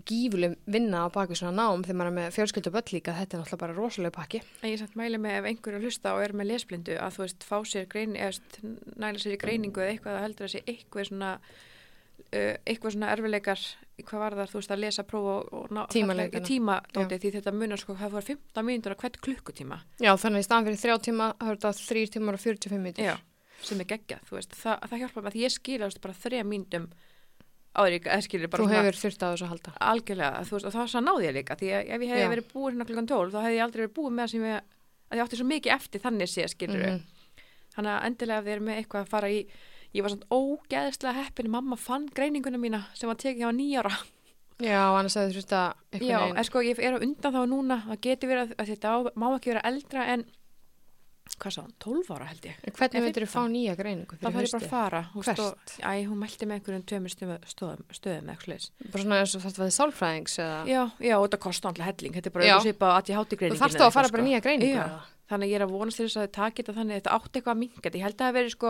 Speaker 1: gífuleg vinna á baku svona nám þegar maður er með fjölskyldu og börn líka, þetta er náttúrulega bara rosalega pakki.
Speaker 2: En ég samt mæli með ef einhver er að hlusta og er með lesblindu að þú veist, fá sér grein eða þú veist, næla sér í greiningu eða eitthvað að heldur að sé eitthvað svona uh, eitthvað svona erfileikar í hvað var það, þú veist, að lesa prófa og, og ná-
Speaker 1: Tímaleikina.
Speaker 2: tímadótið, því þetta munar sko, það var 15 mínútur að hvert klukkutíma
Speaker 1: Já, þannig að í staðan fyrir þrjá tíma, þá er þetta þrýr tímar og 45 mítur.
Speaker 2: Já, sem er geggjað, þú veist, það, það hjálpa mig að ég skilja þú veist, bara þreja myndum áður ég eða skilur bara
Speaker 1: Þú
Speaker 2: svona
Speaker 1: hefur þurft að þessu að halda.
Speaker 2: algjörlega, þú veist, og það svo náði ég líka því að ef ég hefði
Speaker 1: Já.
Speaker 2: verið búin hérna klukkan 12 þá hefði ég aldrei verið búin með það sem ég að ég átti svo mikið eftir þannig sé skilur
Speaker 1: Mhm.
Speaker 2: þannig að endilega ef þið eru með eitthvað að fara í ég var svona ógeðslega heppin mamma fann greininguna mína sem var tekið á nýjára
Speaker 1: Já, annars hefur þurft að einhvern
Speaker 2: Já,
Speaker 1: veginn-
Speaker 2: en sko ég er á undan þá núna það getur verið að þetta á, má ekki vera eldra en hvað sá, 12 ára held ég
Speaker 1: En Hvernig
Speaker 2: Nei,
Speaker 1: myndir þú fá
Speaker 2: 15.
Speaker 1: nýja greiningu
Speaker 2: þá
Speaker 1: fyrir
Speaker 2: þarf ég bara að
Speaker 1: haustið?
Speaker 2: fara hún
Speaker 1: Hvert?
Speaker 2: stó- Æ, hún mælti með einhverjum tveimur stöðum, stöðum, stöðum eitthvað leis
Speaker 1: Bara svona eins og þetta var þið sálfræðings eða...
Speaker 2: Já, já, og þetta kostar alltaf helling þetta er bara
Speaker 1: Já.
Speaker 2: eitthvað svipað að ég háti
Speaker 1: Þú
Speaker 2: greiningin sko.
Speaker 1: þarfst þá að fara bara nýja greiningu
Speaker 2: Já.
Speaker 1: eða?
Speaker 2: þannig að ég er að vonast til þess að þau taki þetta þannig að þetta átti eitthvað að minga þetta ég held að það veri sko,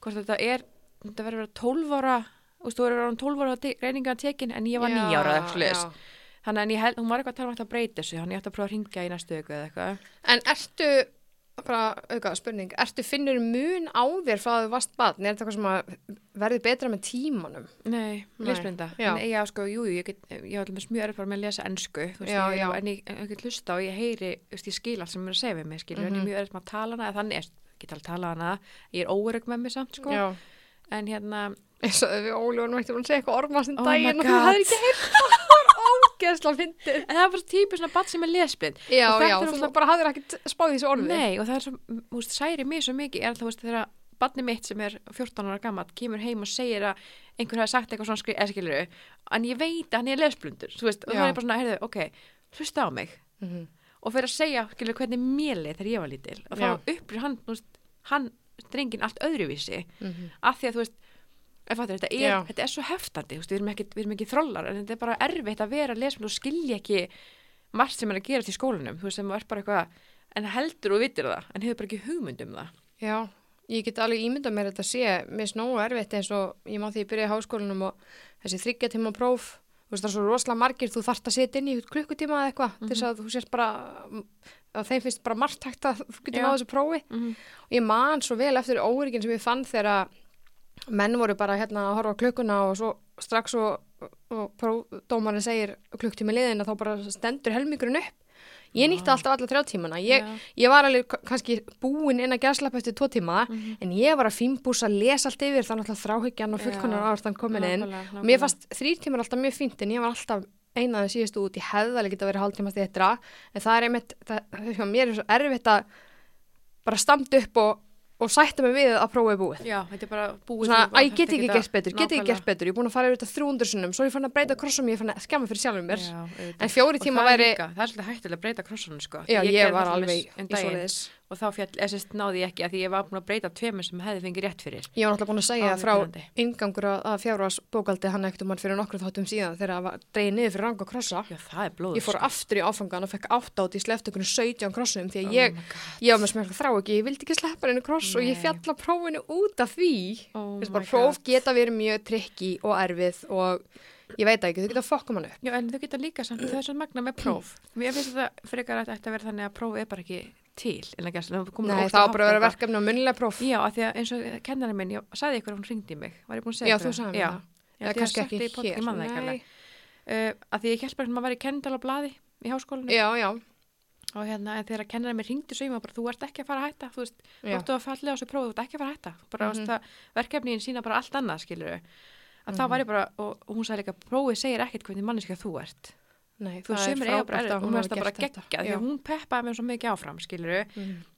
Speaker 2: hvort þetta er þetta verður að vera 12 ára þú veist, þú verður að vera 12 ára te- greininga tekin en ég var 9 ára eða eitthvað leis
Speaker 1: já.
Speaker 2: þannig að en ég held, hún var eitthvað að tala um að þetta breyti þessu þannig ég ætti að prófa að ringja í næstu viku eða eitthvað
Speaker 1: En ertu, bara auka spurning, ertu finnur mun á þér frá að þú varst batn? Er þetta eitthvað sem að verði betra með tímanum?
Speaker 2: Nei,
Speaker 1: Nei,
Speaker 2: lesblinda.
Speaker 1: já.
Speaker 2: En ég, já, sko, jú, jú, ég get, ég var alveg mjög erf bara með að lesa ennsku, þú veist,
Speaker 1: Já,
Speaker 2: ég,
Speaker 1: já.
Speaker 2: en ég, en ég get hlusta og ég heyri, þú veist, ég skil allt sem mér að segja við mig,
Speaker 1: Mhm.
Speaker 2: skilur, en ég er mjög erf með að tala hana, eða þannig, er, get alveg tala hana, ég er óörug með mig samt, sko, en hérna,
Speaker 1: Eins og við ólegunum ekki búin að segja eitthvað orma sem
Speaker 2: Oh my
Speaker 1: daginn og þú
Speaker 2: God.
Speaker 1: hefði ekki heyrt ágæðsla fyndið.
Speaker 2: en það er bara típið svona bat sem er lesblind.
Speaker 1: Já,
Speaker 2: Og þetta
Speaker 1: já,
Speaker 2: er
Speaker 1: þú
Speaker 2: náttúrulega-
Speaker 1: bara hafðir ekki spáðið þessu orði.
Speaker 2: Nei, og það er svo, þú veist, særi mig svo mikið, er alltaf, þú veist, þegar badni mitt sem er 14 ára gammal kemur heim og segir að einhver hafi sagt eitthvað svona skri, eða skilur, en ég veit að hann er lesblundur, þú veist, og
Speaker 1: Já.
Speaker 2: það er bara svona, heyrðu, ok, hlusta á mig,
Speaker 1: Mhm.
Speaker 2: og fyrir að segja skilur, hvernig mér leið þegar ég var lítil og þá
Speaker 1: Já.
Speaker 2: upplýr hann, þú veist, hann drengin allt öðruvísi
Speaker 1: Mhm.
Speaker 2: af því að þú veist ef fattur, þetta, er,
Speaker 1: Já.
Speaker 2: þetta er svo heftandi þú veist, við, erum ekki, við erum ekki þrollar en þetta er bara erfitt að vera lesmul og skilja ekki margt sem er að gera til skólanum þú veist sem er bara eitthvað en heldur og vitir það en hefur bara ekki hugmynd um það
Speaker 1: Já, ég get alveg ímyndað mér að þetta sé, mér er snóa erfitt eins og ég má því að byrja í háskólanum og þessi þryggja tíma próf, þú veist það er svo rosalega margir, þú þarft að setja inn í einhvern klukkutíma eða eitthvað, til þess að þú sért bara, að þeim finnst bara margt hægt að þú getur
Speaker 2: Já.
Speaker 1: náðu þessu prófi.
Speaker 2: Mhm.
Speaker 1: Og ég man svo vel eftir óryggin sem ég fann þegar að menn voru bara hérna að horfa á klukkuna og svo strax og, og prófdómarin segir klukktíma liðin að þá bara stendur helmingurinn upp. Ég nýtti alltaf alla þrjá tímana. Ég,
Speaker 2: Já.
Speaker 1: ég var alveg k- kannski búin inn að gæslapp eftir tvo tíma
Speaker 2: Mhm.
Speaker 1: en ég var að fínbúsa að lesa allt yfir þannig alltaf þráhyggjan og fullkonar
Speaker 2: Já,
Speaker 1: ártan komin inn
Speaker 2: nákvæmlega,
Speaker 1: og mér
Speaker 2: nákvæmlega.
Speaker 1: fannst þrýr tímar alltaf mjög fínt en ég var alltaf einaðið síðustu út, ég hefði alveg geta verið hálftíma þetta en það er einmitt, það, hjá mér er svo erfitt að bara standa upp og, og sætta mig við að prófa er búið
Speaker 2: Já, þetta er bara búið
Speaker 1: Svona,
Speaker 2: þú bara
Speaker 1: að ég
Speaker 2: þarft
Speaker 1: get ekki
Speaker 2: að-
Speaker 1: gert betur, get ekki
Speaker 2: Nákvæmlega.
Speaker 1: gert betur, ég er búin að fara yfir þetta 300 sunnum, svo ég fann að breyta krossum, ég fann að skjama fyrir sjálfum mér.
Speaker 2: Já, auðvitað.
Speaker 1: en fjóri
Speaker 2: Og
Speaker 1: tíma
Speaker 2: það er
Speaker 1: væri,
Speaker 2: líka, það er svolítið hættilega að breyta krossunum sko.
Speaker 1: já, ég,
Speaker 2: gerði
Speaker 1: var
Speaker 2: það til
Speaker 1: alveg
Speaker 2: dæmis um
Speaker 1: í
Speaker 2: daginn.
Speaker 1: svoleiðis.
Speaker 2: og þá fjall, eða sérst náði ég ekki að því ég var búin að breyta tveimur sem hefði fengið rétt fyrir.
Speaker 1: Ég var náttúrulega búin að segja
Speaker 2: Alveg
Speaker 1: frá
Speaker 2: pirrandi.
Speaker 1: yngangur að fjárvars bókaldi hann ekkert um hann fyrir nokkru þáttum síðan þegar það var dreigið niður fyrir ranga krossa.
Speaker 2: Já, það er blóð.
Speaker 1: Ég fór aftur í áfangan og fekk átt átt í sleftökunum 17 krossum því að ég,
Speaker 2: Oh my God.
Speaker 1: ég var með smerka þrá ekki, ég vildi ekki sleppa henni kross og ég
Speaker 2: Nei.
Speaker 1: fjalla prófinu út af því. Þú
Speaker 2: Oh
Speaker 1: veist
Speaker 2: my
Speaker 1: bara, próf
Speaker 2: God.
Speaker 1: geta verið mjög trikki og erfið og ég veit það ekki, þau geta fokkum hann upp.
Speaker 2: Já, en þau geta líka samt, það er svo magna með próf. Mér finnst þetta frekar að þetta ætti að vera þannig að próf er bara ekki til. Nei,
Speaker 1: Nei, það var bara að vera verkefni og munnilega próf.
Speaker 2: Já, af því að eins og kennarinn minn, ég sagði ykkur að hún ringdi mig. Var ég búin að segja
Speaker 1: Já,
Speaker 2: ykkur
Speaker 1: þú sagði mér það.
Speaker 2: Já,
Speaker 1: Eða
Speaker 2: því
Speaker 1: kannski
Speaker 2: ég sagt
Speaker 1: ekki
Speaker 2: í podcast,
Speaker 1: hér,
Speaker 2: Ég man það ekki
Speaker 1: nei.
Speaker 2: alveg. Uh, að því ég held bara að maður væri kenndal á blaði í háskólinu
Speaker 1: Já, já,
Speaker 2: og hérna en þegar kennarinn mér ringdi svo ég var bara þú ert ekki að fara að hætta, þú veist,
Speaker 1: Já.
Speaker 2: þú
Speaker 1: Mhm.
Speaker 2: ert að falla á þessu prófi, þú ert ekki að fara að hætta, Þú bara mm -hmm. verkefniðin sína bara allt annað skilur að þá
Speaker 1: Mhm.
Speaker 2: var ég bara, og, og hún sagði líka prófið segir ekkert hvernig manneska þú ert
Speaker 1: nei,
Speaker 2: þú
Speaker 1: það er
Speaker 2: sömur eiga bara
Speaker 1: frábært
Speaker 2: erfið,
Speaker 1: að
Speaker 2: hún
Speaker 1: hún
Speaker 2: var
Speaker 1: hafi
Speaker 2: það bara
Speaker 1: gert þetta.
Speaker 2: geggjað því
Speaker 1: Já.
Speaker 2: að hún peppaði mér svo mikið áfram skilur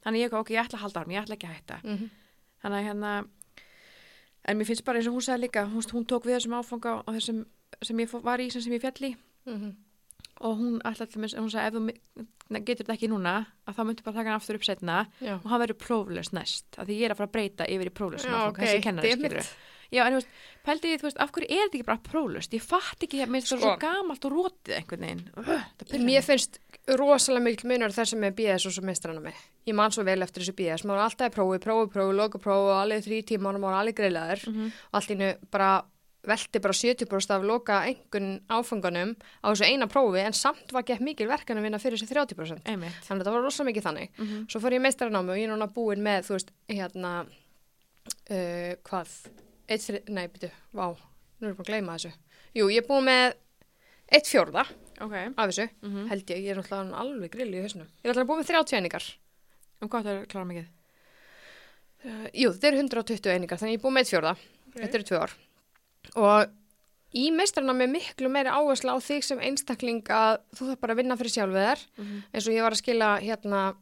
Speaker 2: þannig ég ok, ég ætla að halda á hann, ég ætla ekki að hætta
Speaker 1: Mhm.
Speaker 2: þannig að hérna en mér finnst bara eins og hún sagði líka hún, hún tók við þessum áfanga og þessum sem ég fó- var í, sem, sem ég fjalli
Speaker 1: Mhm.
Speaker 2: og hún ætla alltaf með, hún sagði ef þú mi- getur þetta ekki núna að þá myndir bara taka hann aftur upp setna
Speaker 1: Já.
Speaker 2: og hann verður próflaus næst af því ég er að fara að breyta yfir í próflaus
Speaker 1: Já, ok,
Speaker 2: þessi kennari
Speaker 1: damn it.
Speaker 2: skilur Já, en þú veist, pældi því, þú veist, af hverju er þetta ekki bara próflaust? Ég fatt ekki, mér finnst það
Speaker 1: Sko.
Speaker 2: svo gamalt og rótið einhvern veginn. Ugh, þetta pirrar
Speaker 1: Mér finnst rosalega mikil munur þar sem er BS og svo mestrana mig. Ég man svo vel eftir þessu BS. Maður var alltaf í prófi, prófi, prófi, loka prófi og alveg þrý tíma og maður var alveg greilaður. Og allt í nu bara velti bara 70% af loka einhvern áfangunum á þessu eina prófi en samt var gett mikil verkan að vinna fyrir þessi 30%.
Speaker 2: Einmitt.
Speaker 1: Þannig að þetta var rosalega mikið þannig. Svo fór ég meistaranámi og ég er núna búin með, þú veist, hérna, uh, hvað, eitt, þri, nei, byrju, vá, Nú erum við búin að gleyma þessu. Jú, ég er búin með eitt fjórða
Speaker 2: Ok.
Speaker 1: af þessu,
Speaker 2: Mm
Speaker 1: held ég. Ég er náttúrulega alveg grill í hausnum. Ég er alltaf búin með 30 einingar.
Speaker 2: Um hvað það er klára mikið?
Speaker 1: Uh, jú, þetta eru 120 einingar, þannig ég er búin með eitt fjórða. Þetta eru tvö ár. Og í mestrarna með miklu meiri áherslu á þig sem einstakling að þú þarf bara að vinna fyrir sjálfið þær.
Speaker 2: Mhm.
Speaker 1: Eins og ég var að skila hérna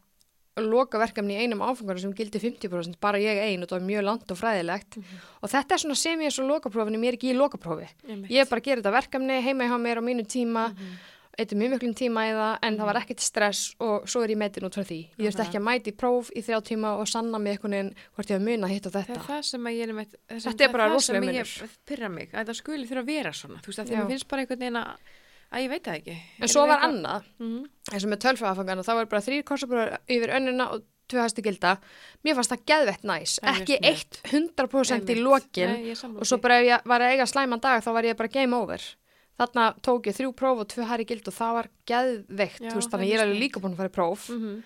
Speaker 1: lokaverkefni í einum áfangarum sem gildi 50%, bara ég ein og það var mjög langt og fræðilegt. Og þetta er svona sem ég er svo lokaprófinu, mér er ekki í lokaprófi.
Speaker 2: Einmitt.
Speaker 1: Ég er bara að gera þetta verkefni heima hjá mér á mínu tíma, mm
Speaker 2: Mhm.
Speaker 1: eitthvað mjög miklum tíma í það, en það var ekkert stress og svo er ég metin út frá því. Ég þurfti ekki að mæti próf í þrjá tíma og sanna mig einhvern veginn hvort ég hef munað hitt og
Speaker 2: Það er
Speaker 1: þetta.
Speaker 2: það sem að ég er með, það sem,
Speaker 1: Þetta er bara
Speaker 2: það sem
Speaker 1: rosalegur
Speaker 2: ég pyrra mig, að það skuli þurfa að vera svona, þú veist, að því
Speaker 1: Já.
Speaker 2: að mér finnst bara einhvern veginn að, að ég veit það ekki.
Speaker 1: En svo var annað,
Speaker 2: Mm
Speaker 1: eins og með tölfræðafangana, þá var bara þrýr korsabróður yfir önnuna og tvö hæstu gilda. Mér fannst það geðvett næs,
Speaker 2: Það er
Speaker 1: ekki
Speaker 2: mjög
Speaker 1: eitt 100% í lokin og svo bara ef ég var að eiga slæman dag þá var ég bara game over. Þarna tók ég þrjú próf og tvö hæri gild og það var geðveikt,
Speaker 2: Já,
Speaker 1: þú veist,
Speaker 2: það er
Speaker 1: þannig að ég er
Speaker 2: mjög
Speaker 1: alveg líka búin að fara í próf.
Speaker 2: Mm -hmm.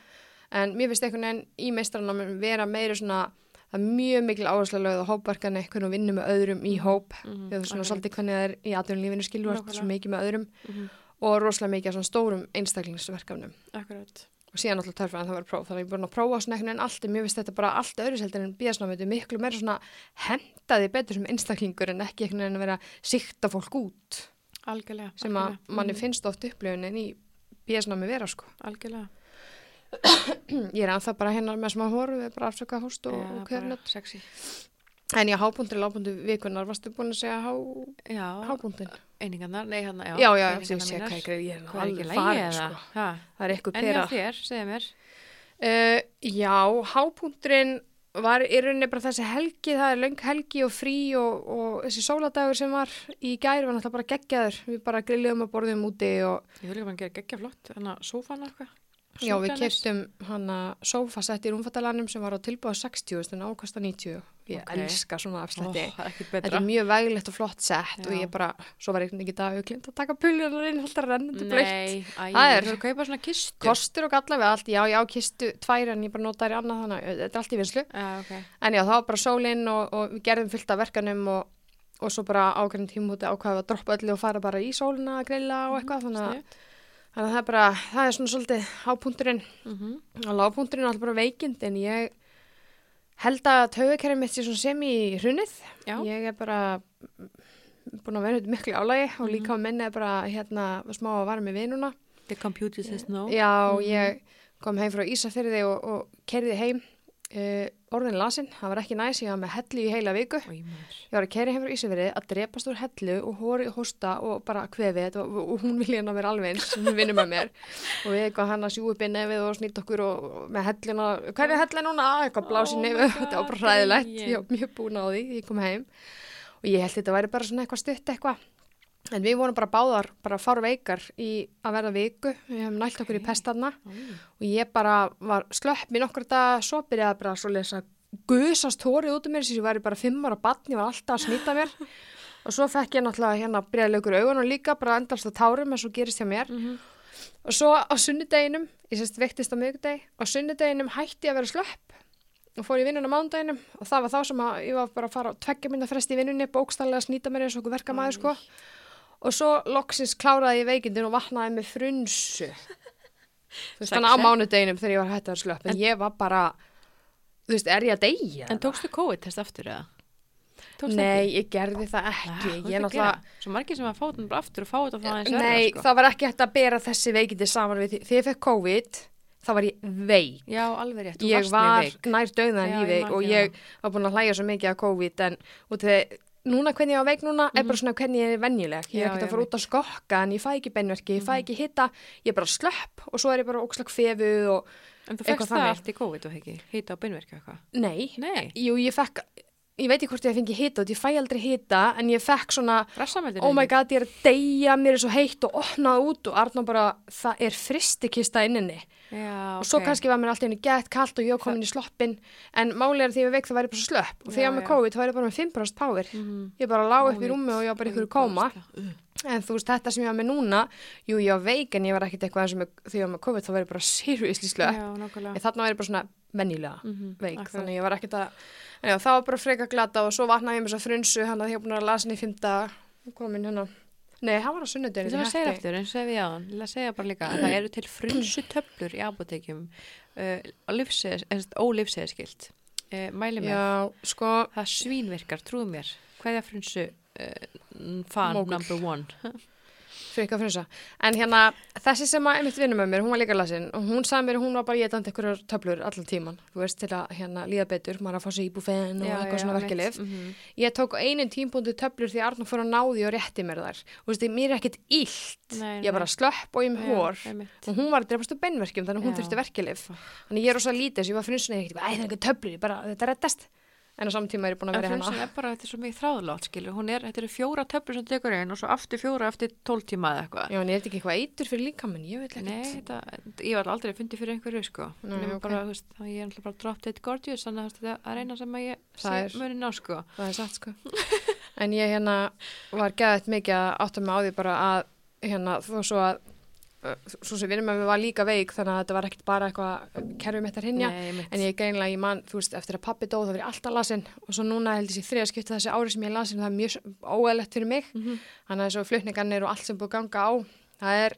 Speaker 1: En mér finnst einhvern veginn í meistranámum vera meiri svona það er mjög mikil áherslu lögð á hópverkan einhvern og vinnu með öðrum í hóp
Speaker 2: Mhm,
Speaker 1: eða svona
Speaker 2: akkurat.
Speaker 1: svolítið hvernig það er í atvinnulífinu skilur þú ert svo
Speaker 2: Nákvæmlega.
Speaker 1: mikið með öðrum
Speaker 2: Mhm.
Speaker 1: og rosalega mikið af svona stórum einstaklingsverkefnum
Speaker 2: Akkurat.
Speaker 1: og síðan alltaf törfæðan það var próf þannig að ég er búin að prófa svona einhvern veginn allt en mér finnst þetta bara allt öðru seldur en bíðasnámið þetta er miklu meira svona hendaði betur sem einstaklingur en ekki einhvern veginn að vera að sikta fólk út
Speaker 2: Algjörlega.
Speaker 1: sem að
Speaker 2: algjörlega.
Speaker 1: manni
Speaker 2: Mhm.
Speaker 1: finnst oft upplifunin í bíðasnámi vera sko
Speaker 2: Algjörlega.
Speaker 1: ég er anþá bara hennar með smá hóru við bara afsöka hóst og,
Speaker 2: Já, bara
Speaker 1: og kefnut
Speaker 2: Sexy.
Speaker 1: En já, hábúndur, lábúndur vikunar, varstu búin að segja há,
Speaker 2: Já,
Speaker 1: hábúndin?
Speaker 2: einingarnar, nei, hérna, já.
Speaker 1: Já, já,
Speaker 2: einingarnar
Speaker 1: ég sé
Speaker 2: mínar.
Speaker 1: hvað ég greið, ég er nú
Speaker 2: Hvað er
Speaker 1: alveg
Speaker 2: ekki lægið
Speaker 1: farin,
Speaker 2: eða?
Speaker 1: sko.
Speaker 2: Ha.
Speaker 1: Það er eitthvað
Speaker 2: En já,
Speaker 1: pera.
Speaker 2: þér, segðu mér.
Speaker 1: Uh, já, hábúndurinn var í rauninni bara þessi helgi, það er löng helgi og frí og, og þessi sóladagur sem var í gær var náttúrulega bara geggjaður. Við bara grilliðum og borðum úti og
Speaker 2: Ég vil ekki bara gera geggja flott, þannig að sófana eitthvað.
Speaker 1: já, við
Speaker 2: Sófanes.
Speaker 1: keftum hana sófasett í rúmfattalanum sem var á tilbúið 60, þannig ákvasta 90. Ég
Speaker 2: Ok.
Speaker 1: elska svona
Speaker 2: Ó,
Speaker 1: afslætti.
Speaker 2: Það er ekki
Speaker 1: Þetta
Speaker 2: betra.
Speaker 1: er mjög veglegt og flott sett og
Speaker 2: Já.
Speaker 1: ég bara, svo var einhvern veginn dag auglind að taka puljunar inn alltaf rennandi blöitt.
Speaker 2: Nei, æ,
Speaker 1: Það er-
Speaker 2: þú eru að kaupa svona kistu.
Speaker 1: Kostur og galla við allt, já, já, kistu tvær en ég bara nota þær í annað þannig, að þetta er allt í vinslu.
Speaker 2: Já, ok.
Speaker 1: En já, þá var bara sólinn og, og við gerðum fullt af verkanum og, og svo bara ákveðin tímúti ákvaðum við að droppa öllu og fara bara í sólina að grilla og eitthvað. Þannig að,
Speaker 2: Sniðugt.
Speaker 1: þannig að það er bara, það er svona svolítið hápunturinn
Speaker 2: Mhm.
Speaker 1: og lágpunturinn er alltaf bara veikind en ég held að taugakerfið mitt sé svona sem í hrunnið.
Speaker 2: Já.
Speaker 1: Ég er bara búin að vera undir miklu álægi og líka á minni er bara hérna smá að vara með vinuna.
Speaker 2: The computer says no.
Speaker 1: Já, ég kom heim frá Ísafyrði og, og kerði heim uh, orðin lasin. Það var ekki næs, ég var með hellu í heila viku.
Speaker 2: Í maður.
Speaker 1: Ég var að kerði heim frá Ísafyrði að drepast úr hellu og hóri hósta og bara kvefi þetta og, og hún vilja hann að vera alveg eins sem hún vinnur með mér. og við eitthvað hann að sjú upp í nefið og snýtt okkur og, og með helluna, hvernig er hellun núna? Eitthvað blási
Speaker 2: Oh
Speaker 1: oh
Speaker 2: my
Speaker 1: nefið, þetta var
Speaker 2: God,
Speaker 1: bara hræðilegt.
Speaker 2: drengill.
Speaker 1: Ég var mjög búin á því, ég kom heim og ég held þetta væri bara svona eitthvað stutt eitthvað. En við vorum bara báðar, bara fárveikar í að verða viku, við hefum nælt okkur í pestarna og ég bara var slöpp mér nokkur daga, svo byrjaði bara svo lesa gusast hórið út um mér sem ég væri bara fimm ára barn, ég var alltaf að snýta mér og svo fekk ég náttúrulega hérna byrjaði lögur augun og líka bara endalst að tárum eins og gerist hjá mér
Speaker 2: Mhm.
Speaker 1: og svo á sunnudeginum, ég sérst veiktist á miðgudegi, á sunnudeginum hætti ég að vera slöpp og fór í vinnun á mánudeginum og það var þá sem að ég var bara að fara á tveggja minna fresti í vinnunni, bókstallega að snýta mér eins og okkur verkamaður sko og svo loksins kláraði ég veikindin og vaknaði með frunsu þú veist þannig á
Speaker 2: Sexy.
Speaker 1: mánudeginum þegar ég var hætti að vera slöpp en, ég var bara, þú veist, er ég að deyja?
Speaker 2: En tókstu COVID-test aftur eða? Tókstu
Speaker 1: Nei, ég gerði það
Speaker 2: ekki,
Speaker 1: ekki,
Speaker 2: Ah, þú
Speaker 1: ég
Speaker 2: ert að
Speaker 1: náttúrulega
Speaker 2: gera. Svo margir sem að fá þetta bara aftur og fá þetta frá aðeins
Speaker 1: Nei,
Speaker 2: verra, sko.
Speaker 1: það var ekki hægt að bera þessi veikindi saman við því. Þegar ég fekk COVID, þá var ég veik.
Speaker 2: Já, alveg rétt, þú
Speaker 1: Ég
Speaker 2: varst
Speaker 1: var
Speaker 2: mjög veik.
Speaker 1: nær döðan
Speaker 2: Já,
Speaker 1: í
Speaker 2: ég
Speaker 1: veik
Speaker 2: man
Speaker 1: og
Speaker 2: eftir
Speaker 1: ég var búin að hlæja svo mikið að COVID en út af því, núna hvernig ég var veik núna er bara svona hvernig ég er venjuleg. Ég
Speaker 2: Mhm. Já,
Speaker 1: er ekkert
Speaker 2: já, Mhm.
Speaker 1: að fara út að skokka en ég fæ ekki beinverki, ég fæ ekki hitta, ég er bara slöpp og svo er ég bara ógslag fefu og
Speaker 2: En þú
Speaker 1: eitthvað
Speaker 2: fegst það
Speaker 1: þannig.
Speaker 2: allt í COVID og ekki, hýta á beinverki og eitthvað.
Speaker 1: nei,
Speaker 2: Nei,
Speaker 1: jú ég fekk, ég veit ekki hvort ég fengi hitta, ég fæ aldrei hitta en ég fekk svona
Speaker 2: rassameldin
Speaker 1: oh my god, ég er að deyja, mér er svo heitt og opnaði út og Arna bara, það er fristikista inninni.
Speaker 2: Já,
Speaker 1: Og svo
Speaker 2: ok.
Speaker 1: kannski var mér alltaf henni gett kalt og ég var komin í sloppin, en málið er að því ég var veik það væri bara svo slöpp. Og þegar
Speaker 2: Já,
Speaker 1: ég var með
Speaker 2: já.
Speaker 1: COVID þá var ég bara með 5% power.
Speaker 2: Mhm.
Speaker 1: Ég bara lá upp í
Speaker 2: Ónýtt,
Speaker 1: rúmi og ég var bara ykkur
Speaker 2: ónýtt
Speaker 1: koma.
Speaker 2: bóðsla. Uh.
Speaker 1: En þú veist, þetta sem ég var með núna, jú, ég var veik en ég var ekkit eitthvað eins og með, þegar ég var með COVID þá var ég bara seriously slöpp.
Speaker 2: Já, nákvæmlega.
Speaker 1: En þarna var ég bara svona venjulega
Speaker 2: Mhm,
Speaker 1: veik,
Speaker 2: akkurat.
Speaker 1: þannig ég var ekkit að, en já, það var bara freka glata og svo vatnaði ég með þess að frunsu, hann að ég var búin að vera lasin í fimm daga Hún kom inn hérna. Nei, hann var á sunnudeginu.
Speaker 2: Ég ætla að segja eftir eins og segja við áðan, ég ætla að segja bara líka að það eru til frunsu töflur í apotekjum uh, ólifseðskilt uh, mæli með,
Speaker 1: Já, sko,
Speaker 2: það svínvirkar, trúðu mér hvað er frunsu uh, fan
Speaker 1: Mógull.
Speaker 2: number one
Speaker 1: frika frunsa. En hérna, þessi sem að einmitt vinnum með mér, hún var líka lasin og hún sagði mér að hún var bara getandi einhverjar töflur allan tíman. Þú veist, til að hérna líða betur, maður að fá sér í búfenn og eitthvað svona verkelif.
Speaker 2: mm -hmm.
Speaker 1: Ég tók á einum tímbúndu töflur því Arnur fór að náði og rétti mér þar. Þú veist, mér er ekkit illt.
Speaker 2: Nei,
Speaker 1: Ég er bara slöpp og ég er með hór.
Speaker 2: einmitt.
Speaker 1: og hún var að drefast úr beinverkjum þannig að hún
Speaker 2: Já.
Speaker 1: þurfti verkilif þannig ég er rosa lítið sem ég var fyrir svona ekkert, æ það er einhver töflur, ég bara, þetta reddast en á samtíma er ég búin að
Speaker 2: En
Speaker 1: vera
Speaker 2: frunsan
Speaker 1: hérna
Speaker 2: er bara, þetta er svo mikið þráðlátt, skilur, hún er, þetta eru fjóra töflur sem tekur einn og svo aftur fjóra eftir tóltíma eða eitthvað.
Speaker 1: já en er þetta ekki eitthvað eitur fyrir líkamann, ég veit
Speaker 2: Nei,
Speaker 1: ekki
Speaker 2: þetta, ég var aldrei fundið fyrir einhverju, sko.
Speaker 1: Nei,
Speaker 2: Nei, okay.
Speaker 1: ok.
Speaker 2: bara, þú veist, þá ég er alltaf bara drop dead gorgeous, þannig að þú veist, þetta er eina sem að ég sé
Speaker 1: Það er-
Speaker 2: munin á, sko.
Speaker 1: það er satt sko en ég hérna var geðað mikið að átta mig á því bara að hérna þó svo að uh, svo sem vinnum með mér var líka veik þannig að þetta var ekkert bara eitthvað uh, kerfum eftir hinja
Speaker 2: Nei, mitt.
Speaker 1: En ég greinlega, ég man, þú veist, eftir að pappi dó þá verið alltaf lasin og svo núna held ég sér þriða skipta þessi ári sem ég er lasin það er mjög óæðlegt fyrir mig
Speaker 2: Mhm.
Speaker 1: þannig að þessu flutningarnir og allt sem búið að ganga á það er,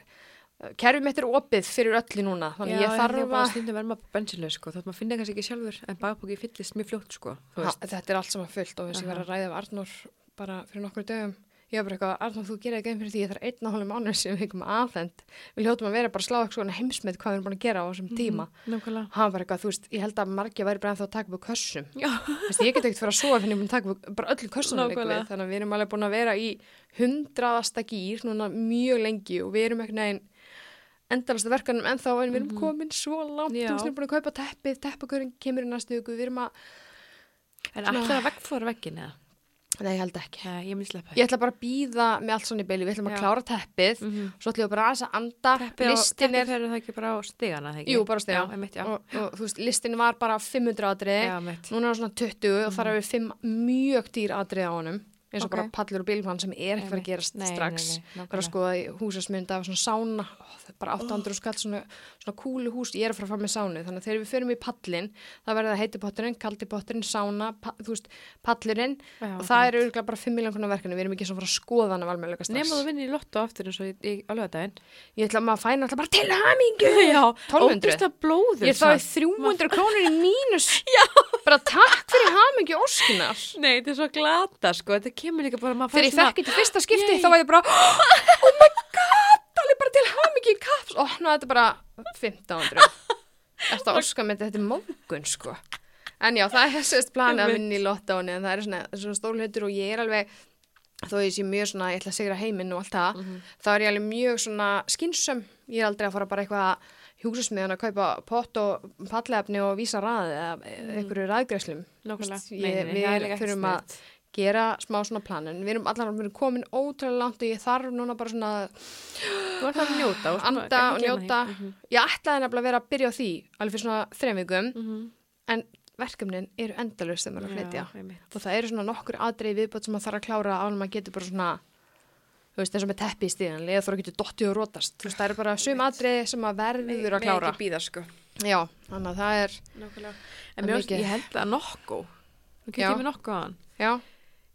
Speaker 1: uh, kerfið mitt er opið fyrir öllu núna, þannig ég
Speaker 2: Já,
Speaker 1: þarf
Speaker 2: ég bara
Speaker 1: að
Speaker 2: stundum verma bensinlega, sko, þá maður finnir kannski ekki sjálfur, en bagbóki fyllist mjög fljótt, sko, þú
Speaker 1: ha,
Speaker 2: veist.
Speaker 1: þetta er allt saman fullt og þess að ég var að ræða af Arnór bara fyrir nokkur dögum ég var bara eitthvað, Arnór þú gerir ekki einn fyrir því ég þarf einn og hálfum mánuð sem við ekki með aðfend við hljótum að vera bara að slá eitthvað svona heimsmynd hvað við erum búin að gera á
Speaker 2: Mhm.
Speaker 1: þessum tíma
Speaker 2: Nákvæmlega.
Speaker 1: hann var bara eitthvað, þú veist, ég held að margir væri bara ennþá að taka upp kössum
Speaker 2: Já,
Speaker 1: Þessi, ég get ekkert fyrir að sofa fyrir ég er búin að taka upp bara öllum kössunum liggur við.
Speaker 2: Nákvæmlega.
Speaker 1: þannig að við erum alveg búin að vera í hundraðasta gýr núna mjög lengi og við erum ekkert neginn endalasta verkanum ennþá en við erum komin svo langt
Speaker 2: Mhm. Já.
Speaker 1: þú veist, við erum búin að kaupa teppið, teppakörun kemur í næstu ykkur, við erum að,
Speaker 2: en alltaf að veggfóra veggin, eða?
Speaker 1: nei ég held ekki
Speaker 2: Nei, ég mun sleppa
Speaker 1: ég ætla bara að býða með allt svona í beili við ætlum að
Speaker 2: Já.
Speaker 1: klára teppið
Speaker 2: Mhm.
Speaker 1: svo ætlum við bara aðeins að anda
Speaker 2: Teppið á-
Speaker 1: listin
Speaker 2: teppið
Speaker 1: er,
Speaker 2: ferur það ekki bara á stigana, þegar
Speaker 1: jú, bara stega
Speaker 2: Já, einmitt, já.
Speaker 1: og, og þú veist, listin var bara 500 atrið
Speaker 2: Já, mitt.
Speaker 1: Núna er það svona 20 og þar eru fimm mjög dýr atrið á honum eins og
Speaker 2: Mhm.
Speaker 1: bara
Speaker 2: Ok.
Speaker 1: pallur og bílmann sem er ekkert að
Speaker 2: Einmitt.
Speaker 1: gerast
Speaker 2: Nei,
Speaker 1: strax
Speaker 2: nei, nei, nákvæmlega.
Speaker 1: bara skoða í húsasmynd af svona sána ó, það er bara 800 oh. skall svona, svona kúlu hús ég er að fara að fara með sánu þannig að þegar við förum í pallin það verður það heiti potturinn, kaldi potturinn, sána pa, þú veist, pallurinn
Speaker 2: Já,
Speaker 1: og það eru örgulega bara 5 miljón konar verkefni við erum ekki svona að fara að skoða hann að valmjölega strax
Speaker 2: Nefnum þú vinnir í lotto aftur eins og í- í- á lögadaginn.
Speaker 1: ég ætla maður að fæna alltaf bara til hamingu
Speaker 2: Já,
Speaker 1: 1200.
Speaker 2: ógeðslega blóður.
Speaker 1: ég er þá í 300 krónur í mínus bara takk fyrir hamingu óskinar
Speaker 2: Nei, þetta er svo glata, sko. Þetta kemur líka bara, maður
Speaker 1: þegar ég fekk þetta í fyrsta skipti
Speaker 2: Yay.
Speaker 1: þá var ég bara oh my god, alveg bara til hamingi í kaps og nú er þetta bara 1500 Þetta óskamind, þetta er mógun sko en já, það er sérst planið að
Speaker 2: Einmitt.
Speaker 1: vinna í lottáni en það er svona, svona stórleitur og ég er alveg þó ég sé mjög svona, ég ætla að sigra heiminn og allt það,
Speaker 2: Mhm.
Speaker 1: þá er ég alveg mjög svona skynsum, ég er aldrei að fara bara eitthvað að hjúksasmiðan að kaupa pott og fallefni og vísa ræði eða einhverju ræðgreslum
Speaker 2: Mm. Nákvæmlega.
Speaker 1: Þú veist,
Speaker 2: Nei, nei,
Speaker 1: ég-
Speaker 2: nei, það er líka
Speaker 1: Við
Speaker 2: ekkert
Speaker 1: þurfum að
Speaker 2: sniðugt.
Speaker 1: gera smá svona planin. Við erum allar við erum komin ótrúlega langt og ég þarf núna bara svona að
Speaker 2: Þú ert að njóta. þú ert bara-
Speaker 1: anda og
Speaker 2: ekki gleyma því.
Speaker 1: njóta. Ég ætlaði nefnilega að vera að byrja á því alveg fyrir svona þrem vikum
Speaker 2: Mhm.
Speaker 1: en verkefnin eru endalust þegar maður er að flytja.
Speaker 2: Já, einmitt.
Speaker 1: Og það eru svona nokkur aðdreið viðbót sem maður þarf að klára án maður getur bara svona þú veist, eins og með teppi í stíðan, leða þóra getur dottið og rótast. Þú veist, það eru bara sum aðdreið sem maður verður að
Speaker 2: Megi
Speaker 1: klára.
Speaker 2: ekki býða, sko.
Speaker 1: Já, þannig að það er,
Speaker 2: Nákvæmlega.
Speaker 1: Það
Speaker 2: En mér finnst,
Speaker 1: mikið.
Speaker 2: ég held að nokku. Þú
Speaker 1: Já.
Speaker 2: getur með nokku á hann.
Speaker 1: já,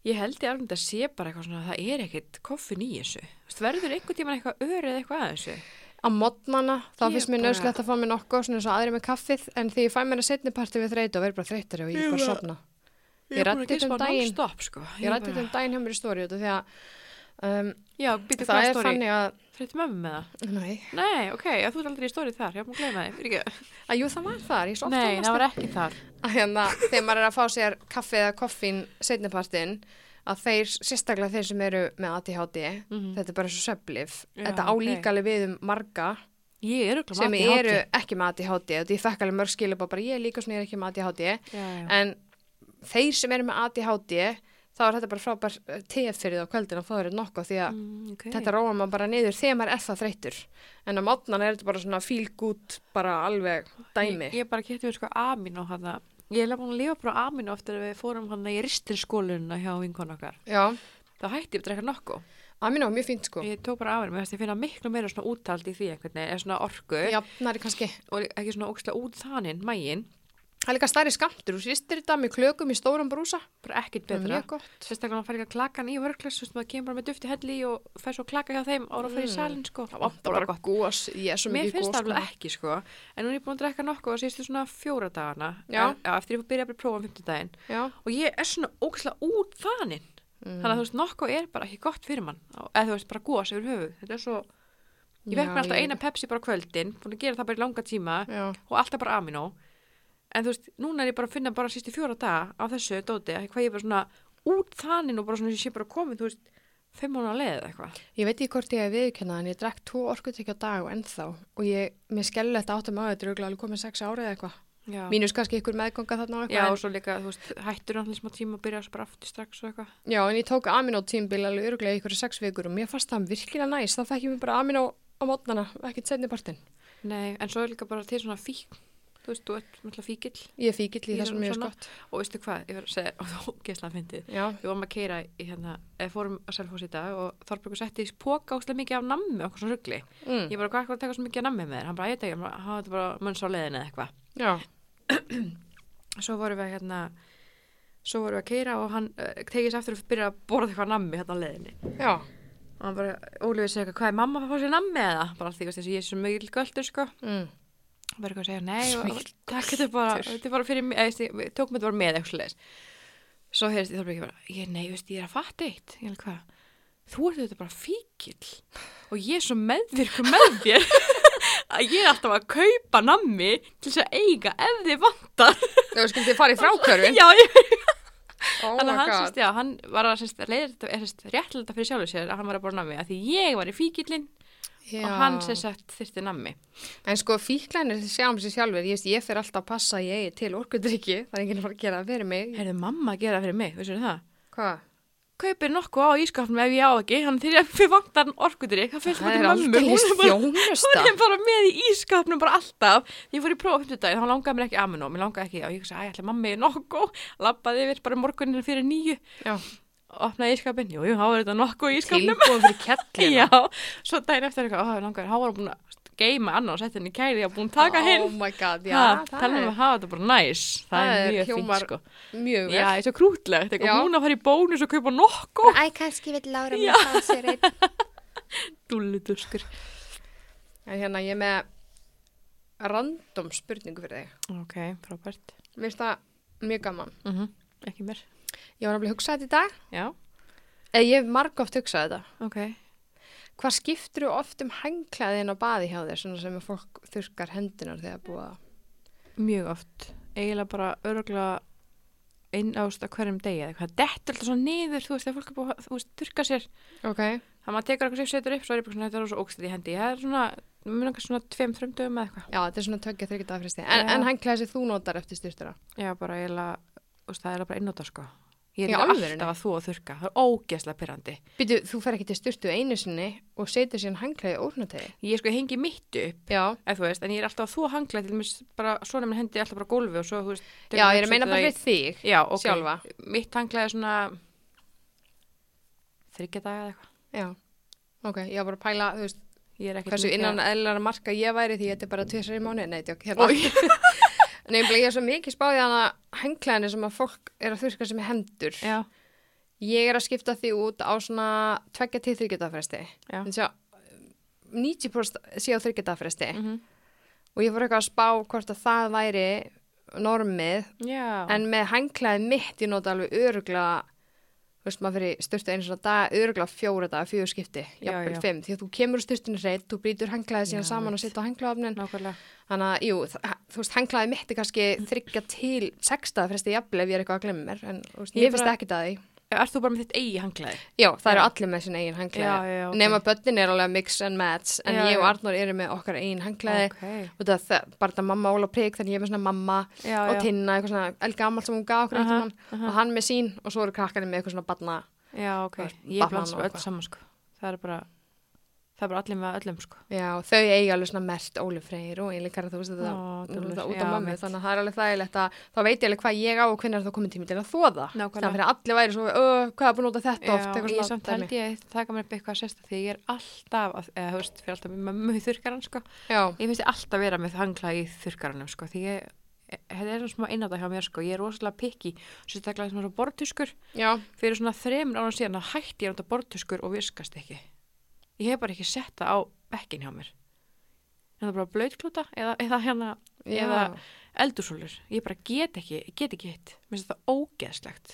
Speaker 2: Ég held ég alveg að sé bara eitthvað svona, það er ekkit koffin í þessu. Þú veist, Verður einhvern tíman eitthvað örið eitthvað að þessu?
Speaker 1: á modnana, þá
Speaker 2: Ég
Speaker 1: finnst mér
Speaker 2: bara-
Speaker 1: nöðslegt að fá mér nokkuð svona eins og aðri með kaffið, en því ég fæ mér að setni partí við þreytu og verð bara þreytari og ég er
Speaker 2: Ég
Speaker 1: bara að
Speaker 2: bara-
Speaker 1: sopna. Ég
Speaker 2: Ég er
Speaker 1: ræddi
Speaker 2: búin að geispa
Speaker 1: þetta um daginn.
Speaker 2: non-stop, sko.
Speaker 1: Ég rætti þetta
Speaker 2: bara-
Speaker 1: um daginn hjá mér í stóri út af því að um,
Speaker 2: Já, býttu
Speaker 1: það
Speaker 2: hvað
Speaker 1: er
Speaker 2: stóri.
Speaker 1: þannig að,
Speaker 2: Þreytum ömmu með það.
Speaker 1: nei,
Speaker 2: um Nei, ok, já, þú ert aldrei í stórið þar, ég er búin að gleyma því. Ekki...
Speaker 1: að jú það var þar, ég svo ofta
Speaker 2: Nei, það var ekki þar.
Speaker 1: að hérna, þegar maður er að fá sér kaffi eða koffín setnipartin að þeir, sérstaklega þeir sem eru með ADHD,
Speaker 2: Mhm.
Speaker 1: þetta er bara svo söflif,
Speaker 2: Já,
Speaker 1: þetta á
Speaker 2: ok.
Speaker 1: líka alveg við um marga
Speaker 2: Ég er okkur
Speaker 1: sem eru ekki með ADHD og því ég fekk alveg mörg skilabá bara ég er líka svona ég er ekki með ADHD
Speaker 2: Já, já.
Speaker 1: en þeir sem eru með ADHD þá er þetta bara frábær eh, tef fyrir þá kvöldin að fá þeirra nokkuð því að
Speaker 2: Mm, ok.
Speaker 1: þetta róa maður bara niður þegar maður er það þreytur en á mótnan er þetta bara svona feel good bara alveg dæmi
Speaker 2: Ég, ég bara kætti mér sko amino hann Ég er búin að lifa bara á amino eftir að við fórum hann í ristinskólunna hjá vinkon okkar.
Speaker 1: já,
Speaker 2: Þá hætti ég að drekka nokku.
Speaker 1: amino var mjög fínt sko
Speaker 2: Ég tók bara amino, mér finnst ég finna miklu meira svona úttald í því einhvern veginn, eða svona orku
Speaker 1: jafnari kannski
Speaker 2: og ekki svona ókslega út þaninn, mægin.
Speaker 1: Það er líka stærri skamtur og sýstir þetta með klökum í stóran brúsa.
Speaker 2: bara ekkert
Speaker 1: Betra.
Speaker 2: betra
Speaker 1: Mjög gott.
Speaker 2: sérstaklega maður fær ekki að klakan í vörklas þú veist maður kemur bara með dufti helli í og fær svo klaka hjá þeim ára fyrir
Speaker 1: Mm.
Speaker 2: salin sko
Speaker 1: Það vantar bara gós. Ég er svo
Speaker 2: Mér
Speaker 1: mikið
Speaker 2: finnst
Speaker 1: gós.
Speaker 2: það alveg ekki sko en hún er búin að drekka nokkuð og síðustu svona fjóra dagana
Speaker 1: Já.
Speaker 2: En- já, eftir ég byrja að prófa um fimmtudaginn
Speaker 1: Já.
Speaker 2: og ég er svona ógæslega út þaninn
Speaker 1: Mm.
Speaker 2: þannig að þú veist nokkuð er bara ekki gott fyrir mann Á- eða þú veist bara gos yfir höfuð þetta er svo ég vekk
Speaker 1: Já,
Speaker 2: mér alltaf
Speaker 1: ég-
Speaker 2: eina Pepsi bara á kvöldin búin að gera það bara í langa tíma
Speaker 1: Já.
Speaker 2: og alltaf bara aminó en þú veist núna er ég bara að finna bara síðustu fjóra daga á þessu dóti hvað ég er bara svona út þaninn og bara svona ég sé bara komið þú veist fimm mánu að leiða eitthvað
Speaker 1: Ég veit ekki hvort ég hef viðkennað en ég drekk tvo orkutekja á dag og ennþá og ég, mér skellu þetta áttum á þetta er auðvitað alveg komið sex ára eða eitthvað.
Speaker 2: já.
Speaker 1: Mínus kannski ykkur meðganga þarna og
Speaker 2: Já,
Speaker 1: eitthvað.
Speaker 2: og svo líka, þú veist, hættur náttúrulega smá tíma að byrja svo bara aftur strax og eitthvað.
Speaker 1: en, já, en ég tók aminó tímbil alveg öruglega ykkur sex vikur og mér fannst það virkilega næst. Það fekk ég mér bara aminó á mótnana, ekkert setni partinn.
Speaker 2: Nei, en svo er líka bara til svona fík, þú veist, þú ert náttúrulega fíkil
Speaker 1: Ég er fíkill í
Speaker 2: Ég er
Speaker 1: þessum mjög
Speaker 2: svona-
Speaker 1: skott.
Speaker 2: og veistu hvað, ég var að segja, og þú gæsla að fyndið.
Speaker 1: Já,
Speaker 2: Við vorum að keira í hérna, eða fórum að selfhósi í dag og Þorbjörgur setti í póka óslega mikið af nammi og okkur svona ruggli.
Speaker 1: mm.
Speaker 2: Ég bara, hvað er að taka svo mikið af nammi með þér? Hann bara, "Æ, ég veit ekki, hann bara, hafa þetta bara mönns á leiðinni eða eitthvað.
Speaker 1: já,
Speaker 2: Svo vorum við hérna, svo vorum við að keira og hann uh, tegis aftur og byrja að borða eitthvað nammi hérna á leiðinni.
Speaker 1: já,
Speaker 2: og hann bara, Ólífið segir eitthvað, hvað er mamma að fá sér nammi eða? Bara því, veist, þessi, ég er svo mjög göldur, sko.
Speaker 1: mm.
Speaker 2: Hann bara eitthvað að segja, nei,
Speaker 1: Svo
Speaker 2: og-
Speaker 1: mikill
Speaker 2: takk, þetta er bara,
Speaker 1: göltur.
Speaker 2: þetta er bara fyrir mig, eða, veist, ég- við tókum þetta bara með eitthvað leis. Svo heyrðist ég þarf ekki bara, ég, nei, veist, ég er að fatta eitt, ég alveg hvað, þú ert þetta bara fíkil og ég er svo meðvirkur með þér að ég er alltaf að kaupa nammi til þess að eiga ef þið vantar.
Speaker 1: Þú skildið farið frá körfin?
Speaker 2: Já, ég
Speaker 1: Oh
Speaker 2: Þannig
Speaker 1: my
Speaker 2: að hann,
Speaker 1: god.
Speaker 2: sérst, já, hann var að sérst, leiðir, sérst, réttlega fyrir sjálfur sér að hann var að bóra nammi að því ég var í fíkillin
Speaker 1: Já.
Speaker 2: og hann sérst, þyrfti nammi.
Speaker 1: En sko fíklænir sjá um sig sjálfur, ég, veist, ég fer alltaf að passa að ég eigi til orkudrykki, það er enginn að fara að gera það fyrir mig.
Speaker 2: Heyrðu mamma að gera það fyrir mig, veistu það?
Speaker 1: Hvað?
Speaker 2: Kaupir nokkuð á ískapnum ef ég á ekki, hann þegar ég fyrir vantar hann orkutur ég, hann fyrir
Speaker 1: Það
Speaker 2: bara
Speaker 1: er
Speaker 2: til mammu,
Speaker 1: aldrei
Speaker 2: hún er bara,
Speaker 1: þjónusta.
Speaker 2: hún er bara með í ískapnum bara alltaf. Ég fór í prófa fyrir dag, þá langaði mér ekki ah, amino, mér langaði ekki, og ég hugsaði, æ, ætli mammi er nokkuð, labbaði yfir bara morgunin fyrir nýju,
Speaker 1: Já,
Speaker 2: opnaði ískapin, jú, jú, þá er þetta nokkuð í ískapnum.
Speaker 1: tilbúið fyrir
Speaker 2: Já,
Speaker 1: kettlina.
Speaker 2: svo daginn eftir eitthvað, ó, langar, þá var hann búin að geima annan og setja henni í kæli og búin að taka hinn.
Speaker 1: Oh my god, já,
Speaker 2: Ha,
Speaker 1: það,
Speaker 2: Talum um að hafa þetta bara næs, það,
Speaker 1: Það er
Speaker 2: er mjög fínt
Speaker 1: hljómar
Speaker 2: sko.
Speaker 1: er mjög vel.
Speaker 2: Já, það er svo krútlegt,
Speaker 1: Já.
Speaker 2: eitthvað hún að fara í bónus og kaupa nokkuð.
Speaker 3: Æ, kannski vill Lára
Speaker 2: Já.
Speaker 3: mér fá sér einn.
Speaker 2: Dúlliduskur.
Speaker 1: En hérna ég er með random spurningu fyrir þig.
Speaker 2: Ok, frábært.
Speaker 1: Mér finnst það mjög gaman.
Speaker 2: Mm -hmm. Ekki mér.
Speaker 1: Ég var nefnilega að hugsa þetta í dag,
Speaker 2: Já,
Speaker 1: eða ég hef margóft hugsað þetta.
Speaker 2: ok.
Speaker 1: Hvað skiptir þú oft um hangklæðin á baði hjá þér, svona sem að fólk þurkar hendunar þegar búið að...
Speaker 2: Mjög oft. Eiginlega bara öruglega einn ást að hverjum degi eða eitthvað. Dettur alltaf svona niður, þú veist, þegar fólk er búið að, þú veist, þurka sér.
Speaker 1: Ok,
Speaker 2: Það maður tekur eitthvað sér setur upp, svo er ég bara svona, þetta er svo ógstætt í hendi. Það er svona, mér langar svona tveim, þrjum dögum eða eitthvað.
Speaker 1: já, þetta er svona tökja þryggjaða fristi. En,
Speaker 2: Já.
Speaker 1: en hangklæði sem þú notar eftir styrtuna?
Speaker 2: Já, bara eiginlega, þú veist, það er eiginlega bara einnóta, sko. Ég
Speaker 1: Í
Speaker 2: er ekki
Speaker 1: alvörunni?
Speaker 2: alltaf að þú að þurka. Það er ógeðslega pyrrandi.
Speaker 1: Býtu, þú fer ekki til styrtu einu sinni og setur síðan hangklæði óhrunategi.
Speaker 2: Ég sko hengi mitt upp
Speaker 1: Já,
Speaker 2: ef þú veist, en ég er alltaf að þú hangla til mér bara svona minn hendi alltaf bara á gólfi og svo, þú veist tekur
Speaker 1: já,
Speaker 2: mig
Speaker 1: ég er að
Speaker 2: upp,
Speaker 1: meina
Speaker 2: setur
Speaker 1: bara
Speaker 2: það í-
Speaker 1: við þig.
Speaker 2: Já, ok,
Speaker 1: sjálfa.
Speaker 2: mitt hangla er svona þryggja daga eða eitthvað
Speaker 1: Já, ok, ég var bara að pæla, þú veist,
Speaker 2: Ég er ekkert
Speaker 1: hversu
Speaker 2: mikið
Speaker 1: innan
Speaker 2: að-
Speaker 1: eðlara marka ég væri því þetta er bara tvisar í mánu. Nei, tjók, hérna. Nei, ég er svo mikið spáðið hana hangklæðinu sem að fólk er að þurka sem hendur.
Speaker 2: Já,
Speaker 1: Ég er að skipta því út á svona tveggja til þryggjadagfresti.
Speaker 2: já
Speaker 1: Þannig að 90% sé á þryggjadagfresti
Speaker 2: mm -hmm.
Speaker 1: og ég fór eitthvað að spá hvort að það væri normið
Speaker 2: Já,
Speaker 1: En með hangklæði mitt ég nota alveg örugla þú veist maður fyrir styrtu einu svona dag örugla fjóra daga, fjögur skipti
Speaker 2: Já,
Speaker 1: jafnvel
Speaker 2: já.
Speaker 1: fimm, því að þú kemur úr styrtunni reitt þú brýtur hangklæði síðan
Speaker 2: Já,
Speaker 1: saman
Speaker 2: veit.
Speaker 1: og setja á hangklæðafnin
Speaker 2: nákvæmlega
Speaker 1: þannig að, jú, þa- þú veist, hangklæði mitt er kannski þryggja til sexta fresti jafnvel ef ég er eitthvað að glemma mér, en þú veist,
Speaker 2: Ég
Speaker 1: ég finnst
Speaker 2: bara-
Speaker 1: ekki það því
Speaker 2: Er þú bara með þitt eigi hanglaði?
Speaker 1: Já, það eru
Speaker 2: Já.
Speaker 1: allir með sín eigin hangklæði
Speaker 2: Já, já, já, ok.
Speaker 1: nema börnin er alveg mix and match en
Speaker 2: Já,
Speaker 1: ég og
Speaker 2: já.
Speaker 1: Arnór eru með okkar eigin hangklæði
Speaker 2: Ok,
Speaker 1: og það, það, bara það mamma óla prík þannig ég er með svona mamma
Speaker 2: já,
Speaker 1: og
Speaker 2: já,
Speaker 1: tinna, eitthvað svona eldgamalt sem hún gaf okkur
Speaker 2: Aha,
Speaker 1: einhvern mann
Speaker 2: aha.
Speaker 1: og hann með sín og svo eru krakkarnir með eitthvað svona barna
Speaker 2: já, ok
Speaker 1: Það er
Speaker 2: Ég
Speaker 1: Batman
Speaker 2: blant
Speaker 1: og
Speaker 2: svo öll
Speaker 1: eitthvað.
Speaker 2: saman, sko Það er bara, það er bara allir með öllum, sko
Speaker 1: já, og þau eiga alveg svona mert ólifreir og einleikar þú veist þetta
Speaker 2: Ó,
Speaker 1: þú veist
Speaker 2: dúllur.
Speaker 1: það út
Speaker 2: Já,
Speaker 1: á mömmu
Speaker 2: mitt.
Speaker 1: þannig að það er alveg þægilegt að þá veit ég alveg hvað ég á og hvernig er það komið tími til að þóða
Speaker 2: Nákvæmlega.
Speaker 1: þannig að allir væri svo, öh, hvað er búin að nota þetta oft
Speaker 2: Já,
Speaker 1: eitthvað
Speaker 2: ég
Speaker 1: svona
Speaker 2: samt
Speaker 1: dæmi.
Speaker 2: held ég að taka mér upp eitthvað sérsta því ég er alltaf, að, eða þú veist, fyrir alltaf með mömmu í þurkaran, sko.
Speaker 1: já,
Speaker 2: Ég finnst ég alltaf vera með hangla í þurkaranum, sko, því ég þetta er svona smá innáta hjá mér sko, ég er rosalega pikki, sérstaklega svona bortuskur,
Speaker 1: Já,
Speaker 2: fyrir svona þremur ára síðan að hætti ég að nota bortuskur og viskast ekki. Ég hef bara ekki sett það á bekkin hjá mér. En það bara blöytklúta eða, eða hérna,
Speaker 1: Já.
Speaker 2: eða eldursólur. Ég bara get ekki, get ekki hitt. Mér finnst það ógeðslegt.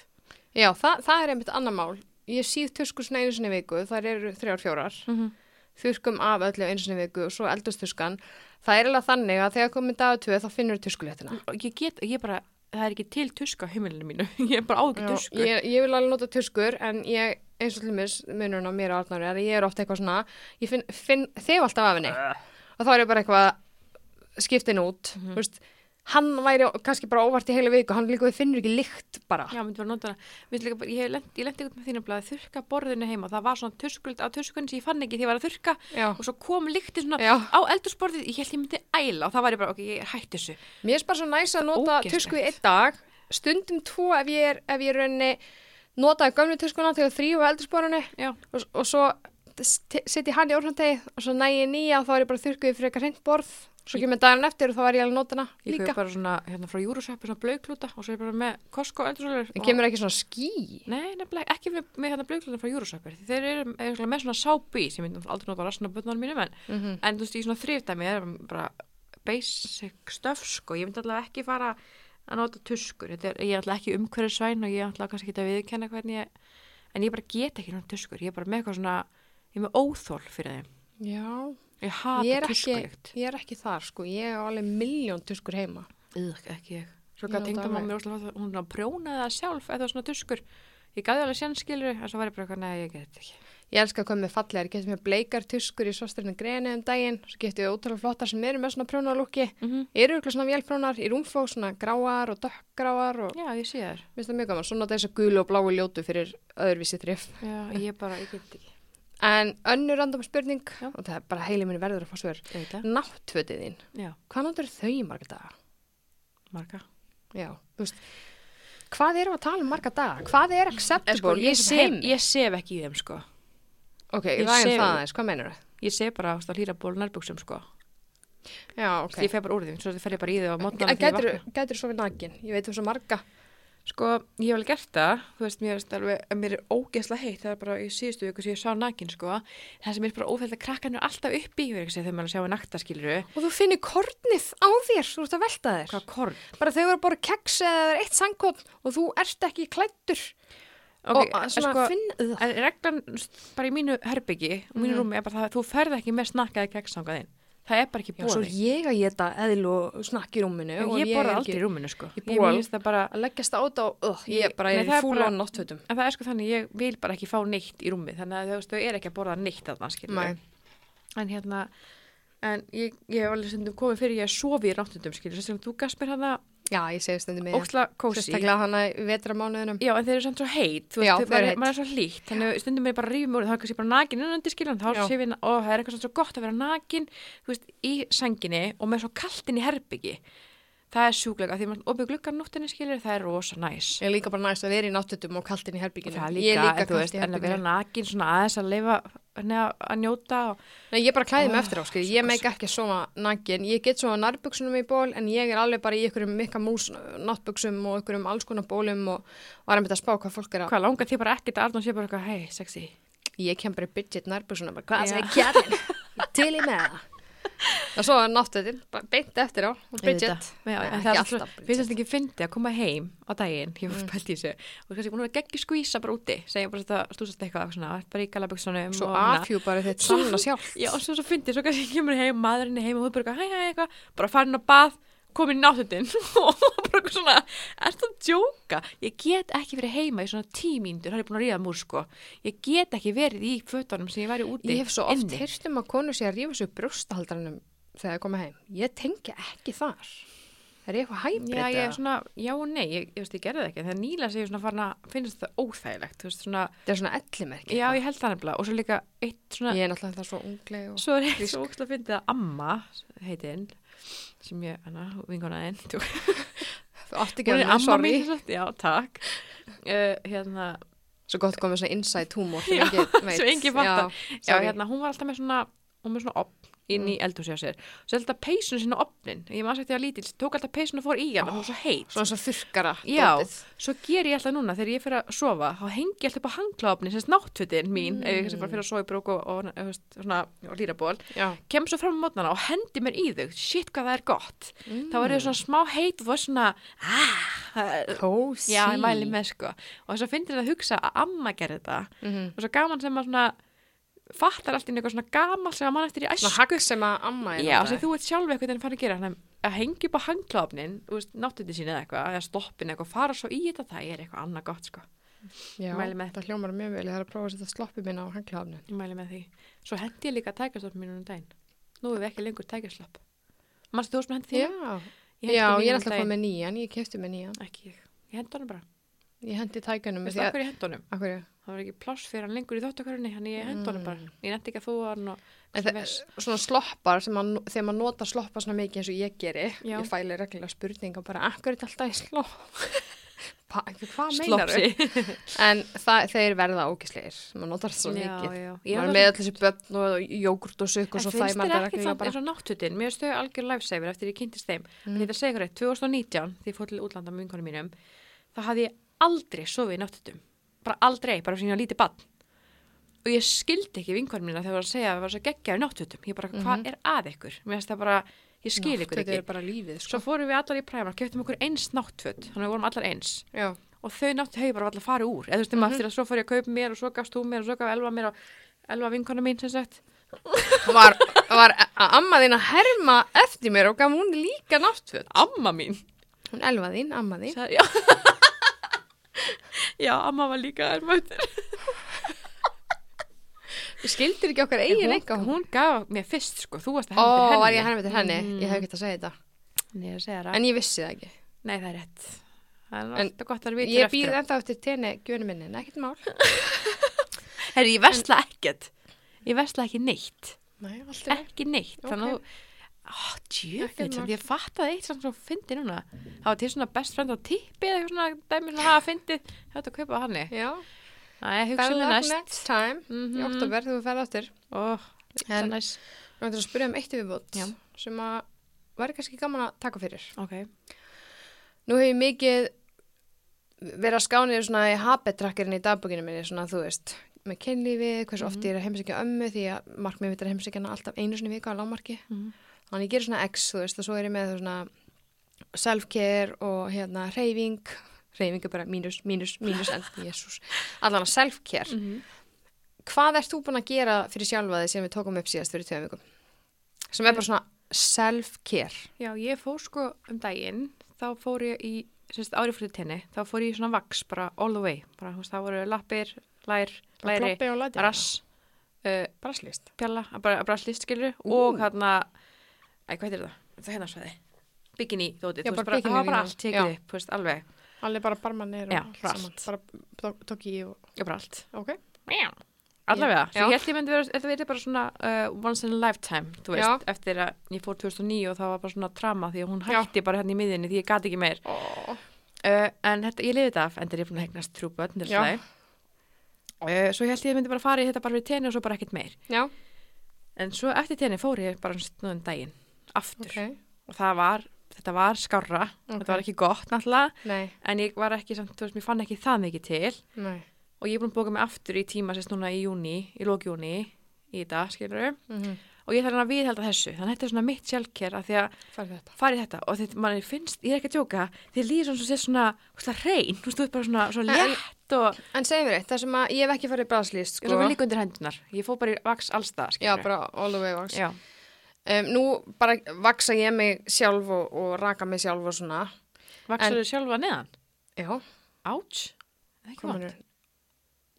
Speaker 1: já það, það er einmitt annar mál. Ég síð tuskur svona einu sinni í viku, þar eru þrjár fjórar.
Speaker 2: Mm -hmm.
Speaker 1: Þurkum af öllu einu sinni í viku og svo eldustuskan. Það er alveg þannig að þegar komin dagar tvö þá finnur tuskuléttina.
Speaker 2: Ég get, ég bara, það er ekki til tuska á heimilinu mínu. Ég er bara á ekki
Speaker 1: Já,
Speaker 2: tusku.
Speaker 1: Ég, ég vil alveg nota tuskur en ég, eins og hlumis, munurinn á mér og Arnari er að ég er ofta eitthvað svona, ég finn, finn þig alltaf af henni og þá er ég bara eitthvað skiptin út, mm veist, hann væri kannski bara óvart í heila viku, hann líka við finnur ekki lykt bara.
Speaker 2: Já, myndi bara nota hana. Mér finnst líka bara- Ég lendi, ég lendi ykkur með þínu að þurka borðinu heima. Það var svona tuskuld á tuskunni sem ég fann ekki því ég var að þurka
Speaker 1: Já.
Speaker 2: og svo kom líkti svona
Speaker 1: Já.
Speaker 2: á eldursborðið. Ég held ég myndi æla og það var ég bara, ok, ég hætti þessu.
Speaker 1: Mér er bara svo næs að nota
Speaker 2: Ógeðslegt.
Speaker 1: tusku í einn dag, stundum tvo ef ég er, ef ég er rauninni notaði gömlu tuskuna til að þrýfa eldursporunni
Speaker 2: Já,
Speaker 1: og, og svo setji hann í orðhandegi og svo næ ég nýja og þá er ég bara þurkuði fyrir eitthvað hreint borð svo kemur daginn eftir og þá var ég alveg að nota hana
Speaker 2: ég
Speaker 1: líka.
Speaker 2: kaup bara svona hérna frá Júruseppi svona blauklúta og svo er ég bara með Costco eldursólur.
Speaker 1: En kemur ekki svona ský?
Speaker 2: Nei, nefnilega ekki með, með hérna blauklúta frá Júruseppi. Þeir eru eru með svona sápu í sem ég myndi aldrei nota á rastin af bötnunum mínum en, en þú veist, í svona þrifdæmi er bara basic stuff sko. Ég myndi allavega ekki fara að nota tuskur. Þetta Er, ég er allavega ekki umhverfisvæn og ég er allavega kannski ekki að viðkenna hvernig ég, en ég bara get ekki nota tuskur. Ég er bara með eitthvað svona, ég er með óþól fyrir þeim.
Speaker 1: Já.
Speaker 2: Ég
Speaker 1: Ég
Speaker 2: hata
Speaker 1: er, ekki,
Speaker 2: tuskulykt.
Speaker 1: ég er ekki þar, sko. Ég hef alveg miljón tuskur heima.
Speaker 2: Íðk, ekki ég. Svo
Speaker 1: Ég
Speaker 2: gæti
Speaker 1: nota
Speaker 2: tengdum á
Speaker 1: alveg.
Speaker 2: mér óslega, hún svona prjónaði það sjálf eða svona tuskur. Ég gæði alveg sjanskilur, en svo var ég bara eitthvað, nei, ég get þetta ekki.
Speaker 1: Ég elska að koma með fallegar. Ég geti mér bleikar tuskur í svostirinu greni um daginn. Svo geti ég ótrúlega flottar sem eru með svona prjónalúki.
Speaker 2: Mm -hmm.
Speaker 1: Ég eru ykkur svona vélprjónar í rúmfó, svona gráar og dökkgráar og
Speaker 2: Já, ég sé þér.
Speaker 1: mér finnst það mjög gaman. Svo nota þess að gulu og bláu ljótu fyrir öðruvísi þrif.
Speaker 2: Já, ég bara, ég get ekki.
Speaker 1: En önnur random spurning,
Speaker 2: Já.
Speaker 1: og það er bara heili minni verður að fá svör.
Speaker 2: Auðvitað.
Speaker 1: Náttfötið þín,
Speaker 2: Já,
Speaker 1: hvað notur þau í marga daga?
Speaker 2: marga.
Speaker 1: Já, þú veist, hvað erum við að tala um marga daga? Hvað er acceptable?
Speaker 2: sko, ég,
Speaker 1: sé
Speaker 2: sef, ég sef ekki í þeim, sko.
Speaker 1: Ok,
Speaker 2: ég
Speaker 1: ræðum
Speaker 2: sef-
Speaker 1: það aðeins, hvað meinar þau?
Speaker 2: Ég sef bara á hlýra ból nærbuksum, sko.
Speaker 1: Já,
Speaker 2: Okay. Ég
Speaker 1: ok.
Speaker 2: fer bara úr þeim, svo þetta fer ég bara í þeim á mótnana
Speaker 1: Gætir þú svo við nakin? Ég veit um svo marga.
Speaker 2: Sko, ég hef alveg gert það, þú veist, mér veist alveg, að mér er ógeðslega heitt, það er bara í síðustu viku sem ég sá nakin, sko, það sem mér er bara óþægt að krakkan er alltaf uppi, ég verið ekki að segja þegar maður er að sjá nakta, skiluru,
Speaker 1: Og þú finnir kornið á þér, þú ert að velta þér.
Speaker 2: hvað korn?
Speaker 1: Bara þau eru að bora keks eða það er eitt sangkótt og þú ert ekki klættur.
Speaker 2: Ok,
Speaker 1: og að svona
Speaker 2: sko,
Speaker 1: finn Mhm. það.
Speaker 2: en reglan st- bara í mínu herbyggi, og mínu rúmi, er bara það að þú ferð ekki með snakkaði keksangaðinn, það er bara ekki
Speaker 1: Já, svo
Speaker 2: búið.
Speaker 1: ég að geta eðl og snakk í rúminu. og
Speaker 2: Ég
Speaker 1: er
Speaker 2: borða
Speaker 1: ekki-
Speaker 2: aldrei í rúminu, sko,
Speaker 1: Ég
Speaker 2: ég
Speaker 1: borða-
Speaker 2: minnst það bara,
Speaker 1: Að leggjast á þetta og uh, ég bara
Speaker 2: Nei,
Speaker 1: er
Speaker 2: það
Speaker 1: í
Speaker 2: er
Speaker 1: fúl
Speaker 2: bara-
Speaker 1: á náttfötum.
Speaker 2: en það er sko þannig, ég vil bara ekki fá neitt í rúmi, þannig að þú veist, þau er ekki að borða neitt að það, skilur
Speaker 1: Nei.
Speaker 2: en hérna en ég, ég hef alveg stundum komið fyrir ég að sofi í ráttundum skilur, þess að þú gafst mér hana
Speaker 1: Já, ég segi stundum með
Speaker 2: óksla kósi
Speaker 1: Sérstaklega hana í vetramánuðinum.
Speaker 2: já en þeir eru samt svo heit þú
Speaker 1: Já,
Speaker 2: veist,
Speaker 1: þau
Speaker 2: þau- maður,
Speaker 1: eru
Speaker 2: er-
Speaker 1: heit.
Speaker 2: maður er svo hlýtt þannig að stundum er ég bara að rífum úr þá er kannski bara nakin innan undir skilur þá
Speaker 1: Já.
Speaker 2: sé við og það er eitthvað svo gott að vera nakin þú veist í senginni og með svo kaltin í herbyggi það er sjúklega því maður opið gluggan nóttinni skilur það er rosa næs
Speaker 1: Ég er líka bara næst að vera í náttutum og kaltin í
Speaker 2: Og
Speaker 1: herbygginu.
Speaker 2: það er
Speaker 1: ég er
Speaker 2: líka,
Speaker 1: líka
Speaker 2: en þú veist,
Speaker 1: kaltin í
Speaker 2: en að vera
Speaker 1: herbygginu.
Speaker 2: nakin svona aðeins að lifa, að, að njóta og,
Speaker 1: Nei, ég bara klæði mig
Speaker 2: Ah,
Speaker 1: eftir á, skil. Ég meik ekki að sofa nakin. Ég get sofa nærbuksunum í ból, en ég er alveg bara í ykkurum mikka mús náttbuksum uh, og ykkurum alls konar bólum og var að mynda að spá hvað fólk er að...
Speaker 2: hvað langar þið bara ekkert að Arnón sé bara eitthvað, hei, sexy
Speaker 1: Ég kem bara í budget nærbuksunum, bara hvað
Speaker 2: Já.
Speaker 1: segir kjallin? Til í með það. Og svo er náttutinn, bara beint eftir á, og budget.
Speaker 2: Auðvitað. Já,
Speaker 1: Nei,
Speaker 2: en
Speaker 1: ekki
Speaker 2: það er
Speaker 1: alltaf Mm.
Speaker 2: alltaf
Speaker 1: Bridget.
Speaker 2: Finnst þetta ekki fyndi að koma heim á daginn Ég var pælt í þessu Og kannski búin að geggi skvísa bara úti Segja bara þetta stúsast eitthvað svona Allt bara í galaböksunum
Speaker 1: Svo
Speaker 2: og hana.
Speaker 1: afhjúpar þitt sanna sjálf.
Speaker 2: Já, og svo, svo fyndi Svo kannski kemur heim Maðurinn er heim og þú bara eitthvað, Hæ, hæ, eitthvað Bara farin á bað Komin í náttundin Og bara eitthvað svona Er það að djóka? Ég get ekki verið heima í svona tímíndur Það er ég búin að ríða múr sko Ég get ekki verið í fötunum sem ég væri úti
Speaker 1: Ég hef svo oft
Speaker 2: inni.
Speaker 1: heyrt um að konur sé að rífa sig brjóstahaldranum þegar það koma heim. Ég tengi ekki þar. Það er eitthvað hæbrið
Speaker 2: Já, ég er svona, já og nei, ég, ég veist, ég gerði það ekki, þegar nýla sé ég svona farin að finnast það óþægilegt, þú veist, svona,
Speaker 1: það er svona ellimerki.
Speaker 2: já, ég held það nefnilega, og svo líka eitt svona,
Speaker 1: Ég er náttúrulega það svo ungleg og...
Speaker 2: svo er eitt svo ókslega fyndið að amma, heitinn, sem ég, hana, vinkonaðinn, þú
Speaker 1: Þú átti ekki að
Speaker 2: hún er
Speaker 1: mér,
Speaker 2: amma
Speaker 1: sorry.
Speaker 2: mín, sem sagt, já, takk, uh, hérna,
Speaker 1: Svo gott komið svona inside humor sem
Speaker 2: Já,
Speaker 1: engin veit.
Speaker 2: sem enginn
Speaker 1: Já,
Speaker 2: fattar. já,
Speaker 1: sorry. Mm.
Speaker 2: hérna, hún var alltaf með svona, hún var með svona opn, inn í eldhúsi á sér svo held að peysun sinna opnin ég maður sagt því að lítil, tók alltaf peysun og fór í hann oh, hún var svo heit
Speaker 1: Svona svo þurkara
Speaker 2: Já,
Speaker 1: dótið.
Speaker 2: svo ger ég alltaf núna þegar ég fyrir að sofa þá hengi ég alltaf upp á hanglaopni sem náttfötin
Speaker 1: Mm.
Speaker 2: mín ef ég kannski bara fyrir að sofa í brók og, og, og, og, svona, og líraból
Speaker 1: Já.
Speaker 2: kemur svo fram á mótnana og hendi mér í þau shit hvað það er gott þá er það svona smá heit og það er svona ah, það er-
Speaker 1: Kósi.
Speaker 2: Já, ég mæli með sko og svo finnir þetta að hugsa að amma gerði þetta
Speaker 1: Mhm.
Speaker 2: og svo gaman sem maður svona fattar allt í einu eitthvað svona gamal sem að mann eftir í æsku
Speaker 1: Svona hagg Sko- sem að amma er
Speaker 2: Já, sem þú ert sjálf eitthvað en fann að gera hann að hengja upp á hangklopnin, náttuði sín eða eitthvað, eða stoppin eitthvað, fara svo í þetta, það er eitthvað annað gott sko.
Speaker 1: Já,
Speaker 2: mæli með.
Speaker 1: það hljómar mjög vel. Ég þarf að prófa að setja sloppið minna á hanglaðafnin.
Speaker 2: Ég mæli með því. Svo hendi ég líka tækjarslopp mínum um daginn. Nú erum við ekki lengur tækjarslopp. Manstu þú sem hendi því?
Speaker 1: Já,
Speaker 2: Ég hendi
Speaker 1: já ég
Speaker 2: mínum
Speaker 1: er
Speaker 2: um
Speaker 1: alltaf að
Speaker 2: daginn.
Speaker 1: fá með nýjan. Ég kefti með nýjan.
Speaker 2: Ekki ég. Ég hendi honum bara.
Speaker 1: Ég hendi tækjunum.
Speaker 2: Veistu af hverju ég hendi honum?
Speaker 1: Af hverju?
Speaker 2: Það var ekki pláss fyrir hann lengur í þóttakörunni, hann ég hendi honum bara. Ég nefndi ekki að þú hann og...
Speaker 1: Mm. En það er svona sloppar, sem að, þegar maður notar sloppar svona mikið eins og ég geri,
Speaker 2: Já.
Speaker 1: ég fæli reglulega spurninga bara, akkur er þetta alltaf í slopp? Hva, hvað meinar þau?
Speaker 2: Sloppsi.
Speaker 1: En það, þeir verða ógisleir, maður notar það svo mikið.
Speaker 2: já.
Speaker 1: Maður er
Speaker 2: Ég er alveg-
Speaker 1: með allir þessi börn og jógurt og sukk og
Speaker 2: En
Speaker 1: svo
Speaker 2: finnst
Speaker 1: það
Speaker 2: þér
Speaker 1: maður
Speaker 2: ekki
Speaker 1: reglulega
Speaker 2: þannig
Speaker 1: bara.
Speaker 2: eins og náttutin? Mér finnst þau algjör lifesaver eftir ég kynntist þeim. Mm. Þetta segir hverju, 2019, því ég fór til útlanda með vinkonum mínum, þá hafði ég aldrei sofið í náttutum. Bara aldrei, bara sem ég var lítið bann. Og ég skildi ekki vinkonum mína þegar það var að segja að það var svo geggjaður í náttutum. Ég bara, hvað er að ykkur? Mér finnst það bara, ég skil ykkur
Speaker 1: Mhm. Þetta
Speaker 2: ekki.
Speaker 1: er bara lífið, sko.
Speaker 2: Svo fórum við allar í præmar, keftum okkur eins náttföt, þannig að við vorum allar eins
Speaker 1: Já,
Speaker 2: og þau náttu hefur bara alltaf farið úr eða þú veist, mm -hmm. eftir að svo fór ég að kaupa mér og svo gafst þú mér og svo gaf Elva mér og Elva vinkona mín sem sagt
Speaker 1: var, var a- amma þín að herma eftir mér og gaf hún líka náttföt.
Speaker 2: Amma mín
Speaker 1: Hún elva þín, amma þín.
Speaker 2: Sæ, já. já, amma var líka ermættur.
Speaker 1: Þú skildir ekki okkar eigin eitthvað.
Speaker 2: Hún, hún gaf mér fyrst, sko, þú varst að
Speaker 1: Ó,
Speaker 2: henni til henni.
Speaker 1: var ég að herma til henni?
Speaker 2: Mm.
Speaker 1: Ég hef ekki þetta að segja þetta.
Speaker 2: Nei, ég er að segja það.
Speaker 1: En ég vissi það ekki.
Speaker 2: Nei, það er rétt. Það er
Speaker 1: En
Speaker 2: alltaf gott að við
Speaker 1: Ég býð ennþá eftir tenni gjönu minni, en ekkert mál.
Speaker 2: Herri, ég versla ekkert. Ég versla ekki neitt.
Speaker 1: Nei, alltaf
Speaker 2: Ekki neitt. Þannig að
Speaker 1: Ókei.
Speaker 2: þú... Ó, djöfitt,
Speaker 1: Ekkert mál.
Speaker 2: ég fattaði eitt samt svo fyndi núna. Það var til svona best friend á tippi eða eitthvað svona dæmi svona hafa fyndi. Þetta að kaupa hann í.
Speaker 1: Já,
Speaker 2: Æ, hugsa
Speaker 1: better
Speaker 2: mér
Speaker 1: luck
Speaker 2: næst.
Speaker 1: next time. Í
Speaker 2: Mhm.
Speaker 1: oktober, þú ferð aftur.
Speaker 2: Ó, hugsa
Speaker 1: En-
Speaker 2: næst.
Speaker 1: Nú ætlum við að spyrja um eitt yfirbót
Speaker 2: Já.
Speaker 1: sem að væri kannski gaman að taka fyrir.
Speaker 2: Ok.
Speaker 1: Nú hef ég mikið verið að skána yfir svona í habetrakkerinn í dagbókinu minni, svona þú veist, með kynlífið, hversu oft ég er að heimsækja ömmu því að markmið mitt er að heimsækja hana alltaf einu sinni í viku á lámarki.
Speaker 2: Mhm.
Speaker 1: Þannig ég gerir svona X, þú veist, og svo er ég með svona self-care og hérna reyfing, reyfing er bara mínus, mínus, mínus, en jésús, allan að self-care.
Speaker 2: Mhm.
Speaker 1: Hvað ert þú búin að gera fyrir sjálfa þig sem við tókum upp síðast fyrir tveim vikum? Sem er bara svona self-care.
Speaker 2: Já, ég fór sko um daginn, þá fór ég í, semst árið fyrir tenni, þá fór ég í svona vaks bara all the way, bara, þú veist, þá voru lappir, lær, læri,
Speaker 1: Kloppi og læti.
Speaker 2: rass, uh,
Speaker 1: Braslist.
Speaker 2: pjalla, bara braslist, skilur, og hérna, æ, hvað heitir það? Það hérna svæði, bikini, þótið,
Speaker 1: Já,
Speaker 2: þú
Speaker 1: bara
Speaker 2: veist, bara, það
Speaker 1: bikini
Speaker 2: var bara
Speaker 1: bikini.
Speaker 2: allt tekið
Speaker 1: Já.
Speaker 2: upp, þú veist, alveg,
Speaker 1: Allir bara barmannir og
Speaker 2: Já,
Speaker 1: allt
Speaker 2: bara
Speaker 1: saman. Bara tó- tók ég og...
Speaker 2: já, bara allt.
Speaker 1: Ok.
Speaker 2: Allavega,
Speaker 1: Já.
Speaker 2: svo ég held ég myndi vera, þetta verið bara svona uh, once in a lifetime, þú veist, eftir að ég fór 2009 og það var bara svona trama því að hún
Speaker 1: Já.
Speaker 2: hætti bara hérna í miðinni því ég gat ekki meir.
Speaker 1: Oh.
Speaker 2: Uh, en þetta, ég liði þetta af, en það er búin að hegnast trú börn,
Speaker 1: Já.
Speaker 2: uh, svo ég held ég myndi bara fara í þetta bara við tenni og svo bara ekkert meir.
Speaker 1: Já,
Speaker 2: En svo eftir tenni fór ég bara snúðum daginn, aftur.
Speaker 1: ok.
Speaker 2: Og það var, þetta var skárra,
Speaker 1: Ok.
Speaker 2: þetta var ekki gott náttúrulega,
Speaker 1: Nei,
Speaker 2: en ég var ekki, samt, þú veist, mér fann ekki það mikið til.
Speaker 1: nei.
Speaker 2: Og ég er búin að bóka mig aftur í tíma sérst núna í júni, í lókjúni, í dag, skilur
Speaker 1: Mm -hmm.
Speaker 2: Og ég þarf hann að viðhalda þessu, þannig að þetta er svona mitt sjálfker að því að
Speaker 1: Færðu þetta.
Speaker 2: farið þetta og þetta, mann finnst, ég er ekki að djóka þið líður svona svo sér svona, svona reyn, þú veist, þú ert bara svona,
Speaker 1: En-
Speaker 2: svona létt og
Speaker 1: En segjum við eitt, það sem að ég hef ekki farið í braslist,
Speaker 2: Eh. ég svo
Speaker 1: sko.
Speaker 2: við líka undir hendunar, ég fór bara í vaks allstað
Speaker 1: Já, bara all the way vaks.
Speaker 2: já.
Speaker 1: Um, nú bara vaksa ég mig sjálf og, og raka mig sjálf og svona.
Speaker 2: vaksar þau sjálfa neðan
Speaker 1: Já,
Speaker 2: áts, ekki vant
Speaker 1: kominu.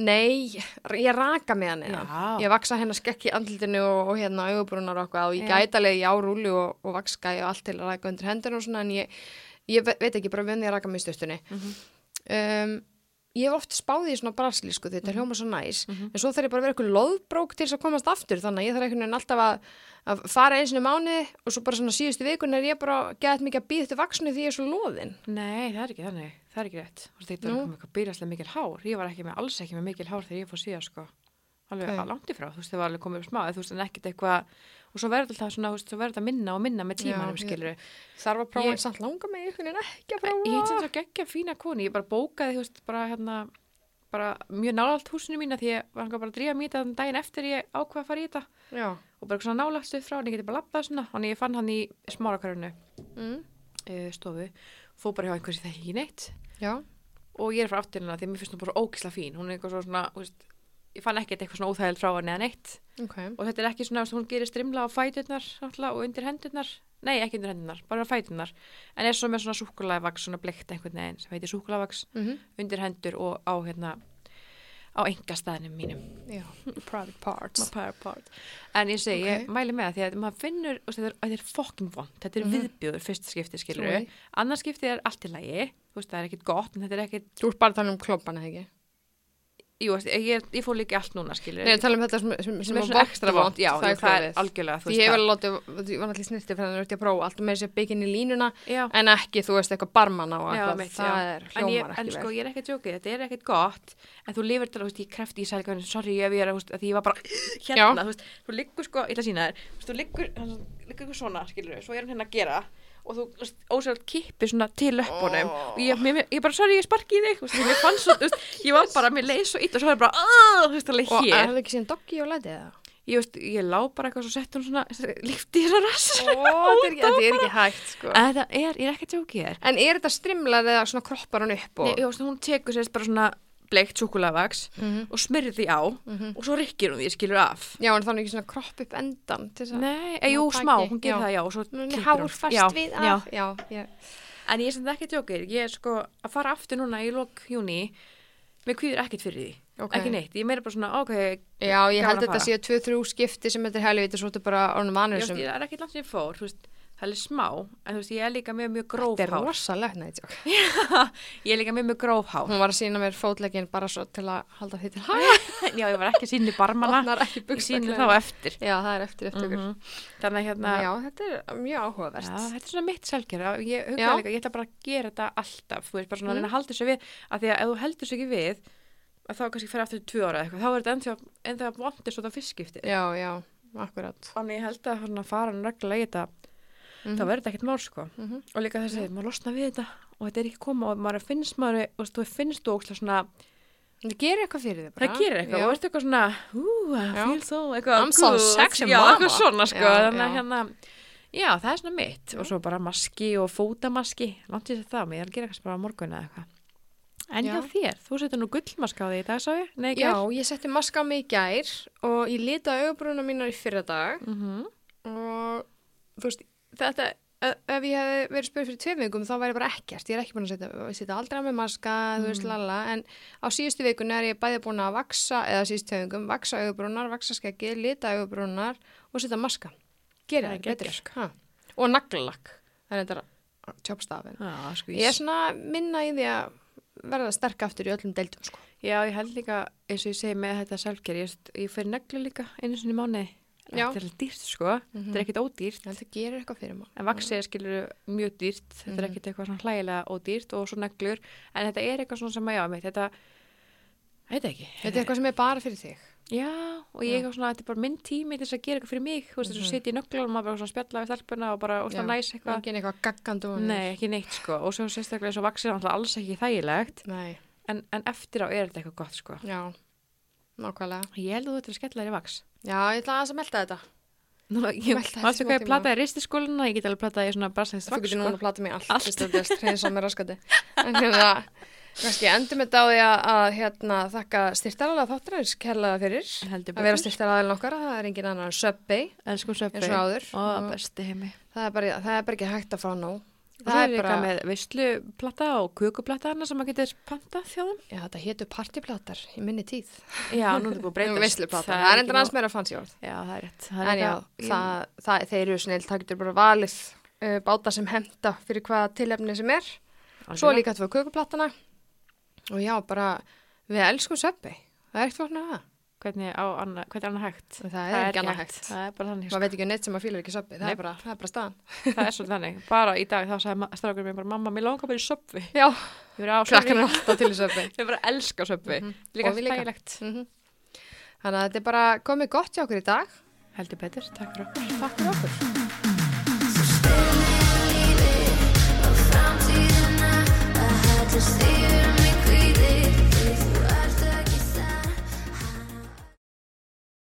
Speaker 1: Nei, ég raka mig hann eða.
Speaker 2: Já.
Speaker 1: Ég vaksa hennar skekk í andlutinu og, og hérna augubrunar og eitthvað og ég
Speaker 2: Já.
Speaker 1: gæti alveg já rúli og, og vakskæði og allt til að raka undir hendur og svona en ég, ég ve- veit ekki bara vunni að raka mig í stöttunni. um, ég hef oft spáði í svona brasli sko því þetta hljóma svo næs en svo þarf ég bara að vera eitthvað loðbrók til þess að komast aftur þannig að ég þarf einhvern veginn alltaf að, að fara einsinu mánuði og svo bara svona síðustu vikun er ég bara gæðið mikið að býða þetta vaksinu því ég er svo loðin.
Speaker 2: nei, það er ekki þannig, það er ekki rétt þú veist, þetta er
Speaker 1: Nú.
Speaker 2: ekki með eitthvað byrjastlega mikil hár ég var ekki með, alls ekki með mikil hár þegar ég fór síðan sko alveg
Speaker 1: Nei.
Speaker 2: langt í frá, þú veist, það var alveg komið upp smá eða þú veist, en ekkit eitthvað, og svo verður það svona, þú veist, svo verður það minna og minna með
Speaker 1: Já,
Speaker 2: tímanum,
Speaker 1: ég-
Speaker 2: skilur
Speaker 1: Þarf að prófa
Speaker 2: Ég-
Speaker 1: en samt langa mig einhvern veginn ekki að
Speaker 2: Ég hitt sem
Speaker 1: prófa.
Speaker 2: svo geggja fína koni, ég bara bókaði, þú veist, bara hérna, bara mjög nálægt húsinu mína því ég var hann bara að drífa mýta þann daginn eftir ég ákvað að fara í þetta
Speaker 1: Já.
Speaker 2: og bara eitthvað svona nálægt stuð frá, en ég geti bara labbað svona, þannig ég fann hann í smárakarunni
Speaker 1: Mm.
Speaker 2: uh, stofu, fór bara hjá einhversi þekki ekki neitt
Speaker 1: Já.
Speaker 2: og ég er frá aftur hennar því að mér finnst hún bara svo ókisla fín, hún er eitthvað svo svona, þú veist, ég fann ekkert eitthvað svona óþægild frá henni eða neitt
Speaker 1: Ok.
Speaker 2: og þetta er ekki svona, þú veist, hún gerir strimla á fæturnar náttúrulega og undir hendurnar, nei ekki undir hendurnar, bara á fæturnar, en er svo með svona súkulæðvaks, svona bleikt einhvern veginn sem heitir súkulæðvaks
Speaker 1: Mm
Speaker 2: undir hendur og á hérna á engastæðinum mínum
Speaker 1: Já. Private parts.
Speaker 2: en ég segi,
Speaker 1: Ok.
Speaker 2: ég mæli með það því að maður finnur, þú veist, þetta er, þetta er fokkin vond þetta er
Speaker 1: Mhm.
Speaker 2: viðbjóður fyrsta skipti skilur
Speaker 1: Oj.
Speaker 2: við annars skipti er allt í lagi þú veist, það er ekkit gott, en þetta er ekkit
Speaker 1: Þú ert bara að tala um klopana, ekki?
Speaker 2: Eh. jú, veist, ég, er- ég fór líka í allt núna skilur
Speaker 1: Nei, ég tala um þetta sem, sem, sem er svona ekstra vond.
Speaker 2: já,
Speaker 1: það er klófið.
Speaker 2: algjörlega þú
Speaker 1: Því
Speaker 2: veist,
Speaker 1: ég hef
Speaker 2: það-
Speaker 1: alveg látið, ég var náttúrulega snirtið fyrir þannig að ég að prófa allt og með þessi byggin í línuna
Speaker 2: já,
Speaker 1: en ekki, þú veist, eitthvað barman á og
Speaker 2: já,
Speaker 1: eitthvað,
Speaker 2: mitt,
Speaker 1: það
Speaker 2: já.
Speaker 1: er
Speaker 2: en, ég,
Speaker 1: hljómar
Speaker 2: en
Speaker 1: ekki
Speaker 2: sko,
Speaker 1: vel.
Speaker 2: ég er ekkert tjókið, þetta er ekkert gott en þú lifir til að, þú veist, ég krefti í sælgæðinu sorry ef ég er, þú veist, að því ég var bara hérna,
Speaker 1: Já.
Speaker 2: þú veist, þú liggur sko, ég ætla að sína þér þú veist, þú liggur, hann liggur eitthvað svona, skilur svo er hann hérna að gera og þú, þú veist, ósælt kippi svona til löppunum
Speaker 1: Oh.
Speaker 2: og ég, mér, ég bara, sorry, ég sparki í þig þú veist, mér fannst svo, þú veist, ég var bara, mér leið svo ít og svo er bara, "Ah", þú veist, alveg
Speaker 1: Og er
Speaker 2: hér
Speaker 1: það ekki síðan doggi og lætið það?
Speaker 2: ég, veist, ég lá bara eitthvað svo sett hún svona lífti hérna rass
Speaker 1: Ó, þetta er ekki hægt, sko.
Speaker 2: en það er, ég er ekki að tjókið þér
Speaker 1: En er þetta strimlar eða svona kroppar hann upp
Speaker 2: Nei,
Speaker 1: og...
Speaker 2: já, svona hún tekur sérst bara svona bleikt súkulavaks
Speaker 1: Mhm.
Speaker 2: og smyrði því á og svo rykkir hún því, skilur af.
Speaker 1: Já, en þannig ekki svona kropp upp endan til þess að...
Speaker 2: Nei, e,
Speaker 1: Ná
Speaker 2: jú,
Speaker 1: taki,
Speaker 2: smá, hún
Speaker 1: já.
Speaker 2: gerir það, já, og svo
Speaker 1: Hún
Speaker 2: klippir
Speaker 1: er hár fast
Speaker 2: já,
Speaker 1: við
Speaker 2: Já,
Speaker 1: af. Já, ég...
Speaker 2: en ég sem þetta ekki tjókir, ég er sko að fara aftur núna í lok júni, mér kvíður ekkert fyrir því,
Speaker 1: Ok.
Speaker 2: ekki neitt, ég er meira bara svona, ok,
Speaker 1: Já, ég
Speaker 2: gaman
Speaker 1: held
Speaker 2: að
Speaker 1: þetta
Speaker 2: fara.
Speaker 1: séu tvö-þrjú skipti sem þetta er helviti svo þetta er bara orðnum
Speaker 2: ég,
Speaker 1: annir
Speaker 2: veist,
Speaker 1: sem...
Speaker 2: ég er ekkert langt sem ég fór, þú veist, það er smá, en þú veist, ég er líka með mjög gróf
Speaker 1: Þetta er
Speaker 2: hár,
Speaker 1: rosalegt, nei, tjók.
Speaker 2: ég er líka með mjög gróf hár,
Speaker 1: Hún var að sína mér fótleggin bara svo til að halda því til hæ.
Speaker 2: já, ég var ekki að sýni barmana,
Speaker 1: Opnar ekki
Speaker 2: ég sýni
Speaker 1: buxnaklefana.
Speaker 2: þá eftir,
Speaker 1: Já, það er eftir eftir ykkur.
Speaker 2: Mhm. þannig að hérna,
Speaker 1: Já, þetta er mjög áhugavert.
Speaker 2: Já, þetta er svona mitt selgjara. Ég
Speaker 1: Já.
Speaker 2: hugsaði líka, ég ætla bara að gera þetta alltaf. Þú veist, bara svona að reyna að halda þessu við. Af því að ef þú heldur þessu ekki við, að þá kannski fer aftur til tvö ára eða eitthvað. Þá er þetta ennþá, ennþá vondir svona fyrstskipti.
Speaker 1: Já, já, akkurat.
Speaker 2: Þannig ég held að svona fara hann regla í þetta,
Speaker 1: Mhm.
Speaker 2: þá verður þetta ekkert mál sko.
Speaker 1: Mhm.
Speaker 2: Og líka þessi, maður losna við þetta og þetta er ekki koma og maður finnst maður, þú veist, þú finnst þú ókslega svona,
Speaker 1: Það gerir eitthvað fyrir þig bara.
Speaker 2: það gerir eitthvað,
Speaker 1: Já.
Speaker 2: þú ert eitthvað svona, ú, I
Speaker 1: Já.
Speaker 2: feel so, eitthvað,
Speaker 1: I'm so
Speaker 2: good.
Speaker 1: sexy,
Speaker 2: já,
Speaker 1: mama.
Speaker 2: eitthvað svona, sko,
Speaker 1: Já,
Speaker 2: þannig að
Speaker 1: já.
Speaker 2: hérna, já, það er svona mitt, og svo bara maski og fótamaski, langt í þess það, mér er að gera kannski bara á morgun eða eitthvað. En
Speaker 1: Já.
Speaker 2: já. þér, þú setur nú gullmaska á því í dag, sá ég, nei,
Speaker 1: Já,
Speaker 2: gær?
Speaker 1: ég setti maska á mig í gær og ég lita augabrúna mínar í fyrra dag
Speaker 2: Mhm.
Speaker 1: og þú veist, þetta, ef ef ég hefði verið spurð fyrir tveim vikum þá væri bara ekkert, ég er ekki búin að setja, ég setja aldrei á mig maska, þú
Speaker 2: Mm.
Speaker 1: veist, lala, en á síðustu vikun er ég bæði búin að vaksa, eða síðustu tveim vikum, vaksa augabrúnar, vaksa skeggi, lita augabrúnar og setja maska. Gerir það
Speaker 2: Það er sko.
Speaker 1: betur. Ha. Og naglakk, þannig að þetta er tjópstafin.
Speaker 2: Já, sko,
Speaker 1: Ég er svona minna í því að verða sterk aftur í öllum deildum, sko.
Speaker 2: já, ég held líka, eins og ég segi með þetta selfgeri, ég, ég fyrir neglu líka einu sinni í mánuði.
Speaker 1: Já.
Speaker 2: Þetta er alveg dýrt, sko,
Speaker 1: Mhm.
Speaker 2: þetta er ekkit ódýrt.
Speaker 1: Þetta gerir eitthvað fyrir mann.
Speaker 2: En vaksið skilur mjög dýrt, þetta er ekkert eitthvað svona hlægilega ódýrt og svo neglur, en þetta er eitthvað svona sem að já, mitt, þetta, ég veit ekki.
Speaker 1: Þetta er eitthvað sem er bara fyrir þig.
Speaker 2: Já, Mhm. og ég eitthvað svona, þetta er bara minn tími til þess að gera eitthvað fyrir mig, þú veist, þess að setja í nöglur og maður bara svona spjalla við stelpuna og bara, og
Speaker 1: Já.
Speaker 2: það næs eitthvað.
Speaker 1: Engin eitthvað gaggandi og
Speaker 2: Nei, ekki neitt sko, og svo sérstaklega svo vaksið er alltaf alls ekki þægilegt,
Speaker 1: Nei,
Speaker 2: en, en eftir á er þetta eitthvað gott sko.
Speaker 1: já, nákvæmlega.
Speaker 2: Ég held að þú ættir að skella þér í vaks.
Speaker 1: Já, ég ætla aðeins að melda þetta.
Speaker 2: Nú, ég,
Speaker 1: Melta þetta í
Speaker 2: mástu
Speaker 1: smá
Speaker 2: hvað ég
Speaker 1: tíma.
Speaker 2: plataði í ristiskólinu, ég get alveg plataði í svona brassins
Speaker 1: Þú
Speaker 2: vaks
Speaker 1: getur
Speaker 2: sko.
Speaker 1: núna að plata mig allt.
Speaker 2: Allt.
Speaker 1: Allt. Þetta er hreins á mér raskati. En hérna, kannski endum þetta á því að, að hérna, þakka styrtaralega þáttarins kærlega fyrir.
Speaker 2: Heldur
Speaker 1: Að vera
Speaker 2: betur.
Speaker 1: styrtaralega okkar, það er engin annar en Subway.
Speaker 2: Elsku Söppi.
Speaker 1: Eins og áður.
Speaker 2: Og
Speaker 1: Og-
Speaker 2: besti heimi.
Speaker 1: Það er bara, það er bara ekki hægt að fá nóg.
Speaker 2: Það er bara með veistluplata og kökuplata hana sem maður getur pantað hjá þeim.
Speaker 1: já, þetta hétu partyplatar í minni tíð.
Speaker 2: Já, nú er það búið að breyta.
Speaker 1: Veistluplatar, það er endur aðeins meira fancy orð.
Speaker 2: Já, það er rétt. Það er
Speaker 1: En já,
Speaker 2: eitthvað-
Speaker 1: það, það, þeir eru snill, það getur bara valið uh, báta sem henda fyrir hvaða tilefni sem er.
Speaker 2: Algjörlega.
Speaker 1: Svo líka tvö kökuplatana og já, bara við elskum söppi. Það er ekkert flóknar að það.
Speaker 2: Hvernig, á, anna, hvernig er annað hægt?
Speaker 1: Það er ekki annað hægt.
Speaker 2: Það er bara þannig.
Speaker 1: Maður veit ekki neitt sem að fýlar ekki söppi, það,
Speaker 2: sko- Nei.
Speaker 1: er bara- það er bara staðan.
Speaker 2: sko. það er svolítið þannig. Bara í dag þá sagði ma- strákurinn mér bara, mamma, mér langar bara í söpvi.
Speaker 1: Já,
Speaker 2: Ég verið á
Speaker 1: krakkan er alltaf til í söppi.
Speaker 2: Ég bara elska söpvi.
Speaker 1: Mhm.
Speaker 2: Líka
Speaker 1: Og við líka.
Speaker 2: þægilegt.
Speaker 1: Mhm. Þannig að þetta er bara komið gott hjá okkur í dag.
Speaker 2: Heldur betur, takk fyrir okkur. Takk fyrir okkur.
Speaker 3: Still can't leave it. From to you now, I had to see you.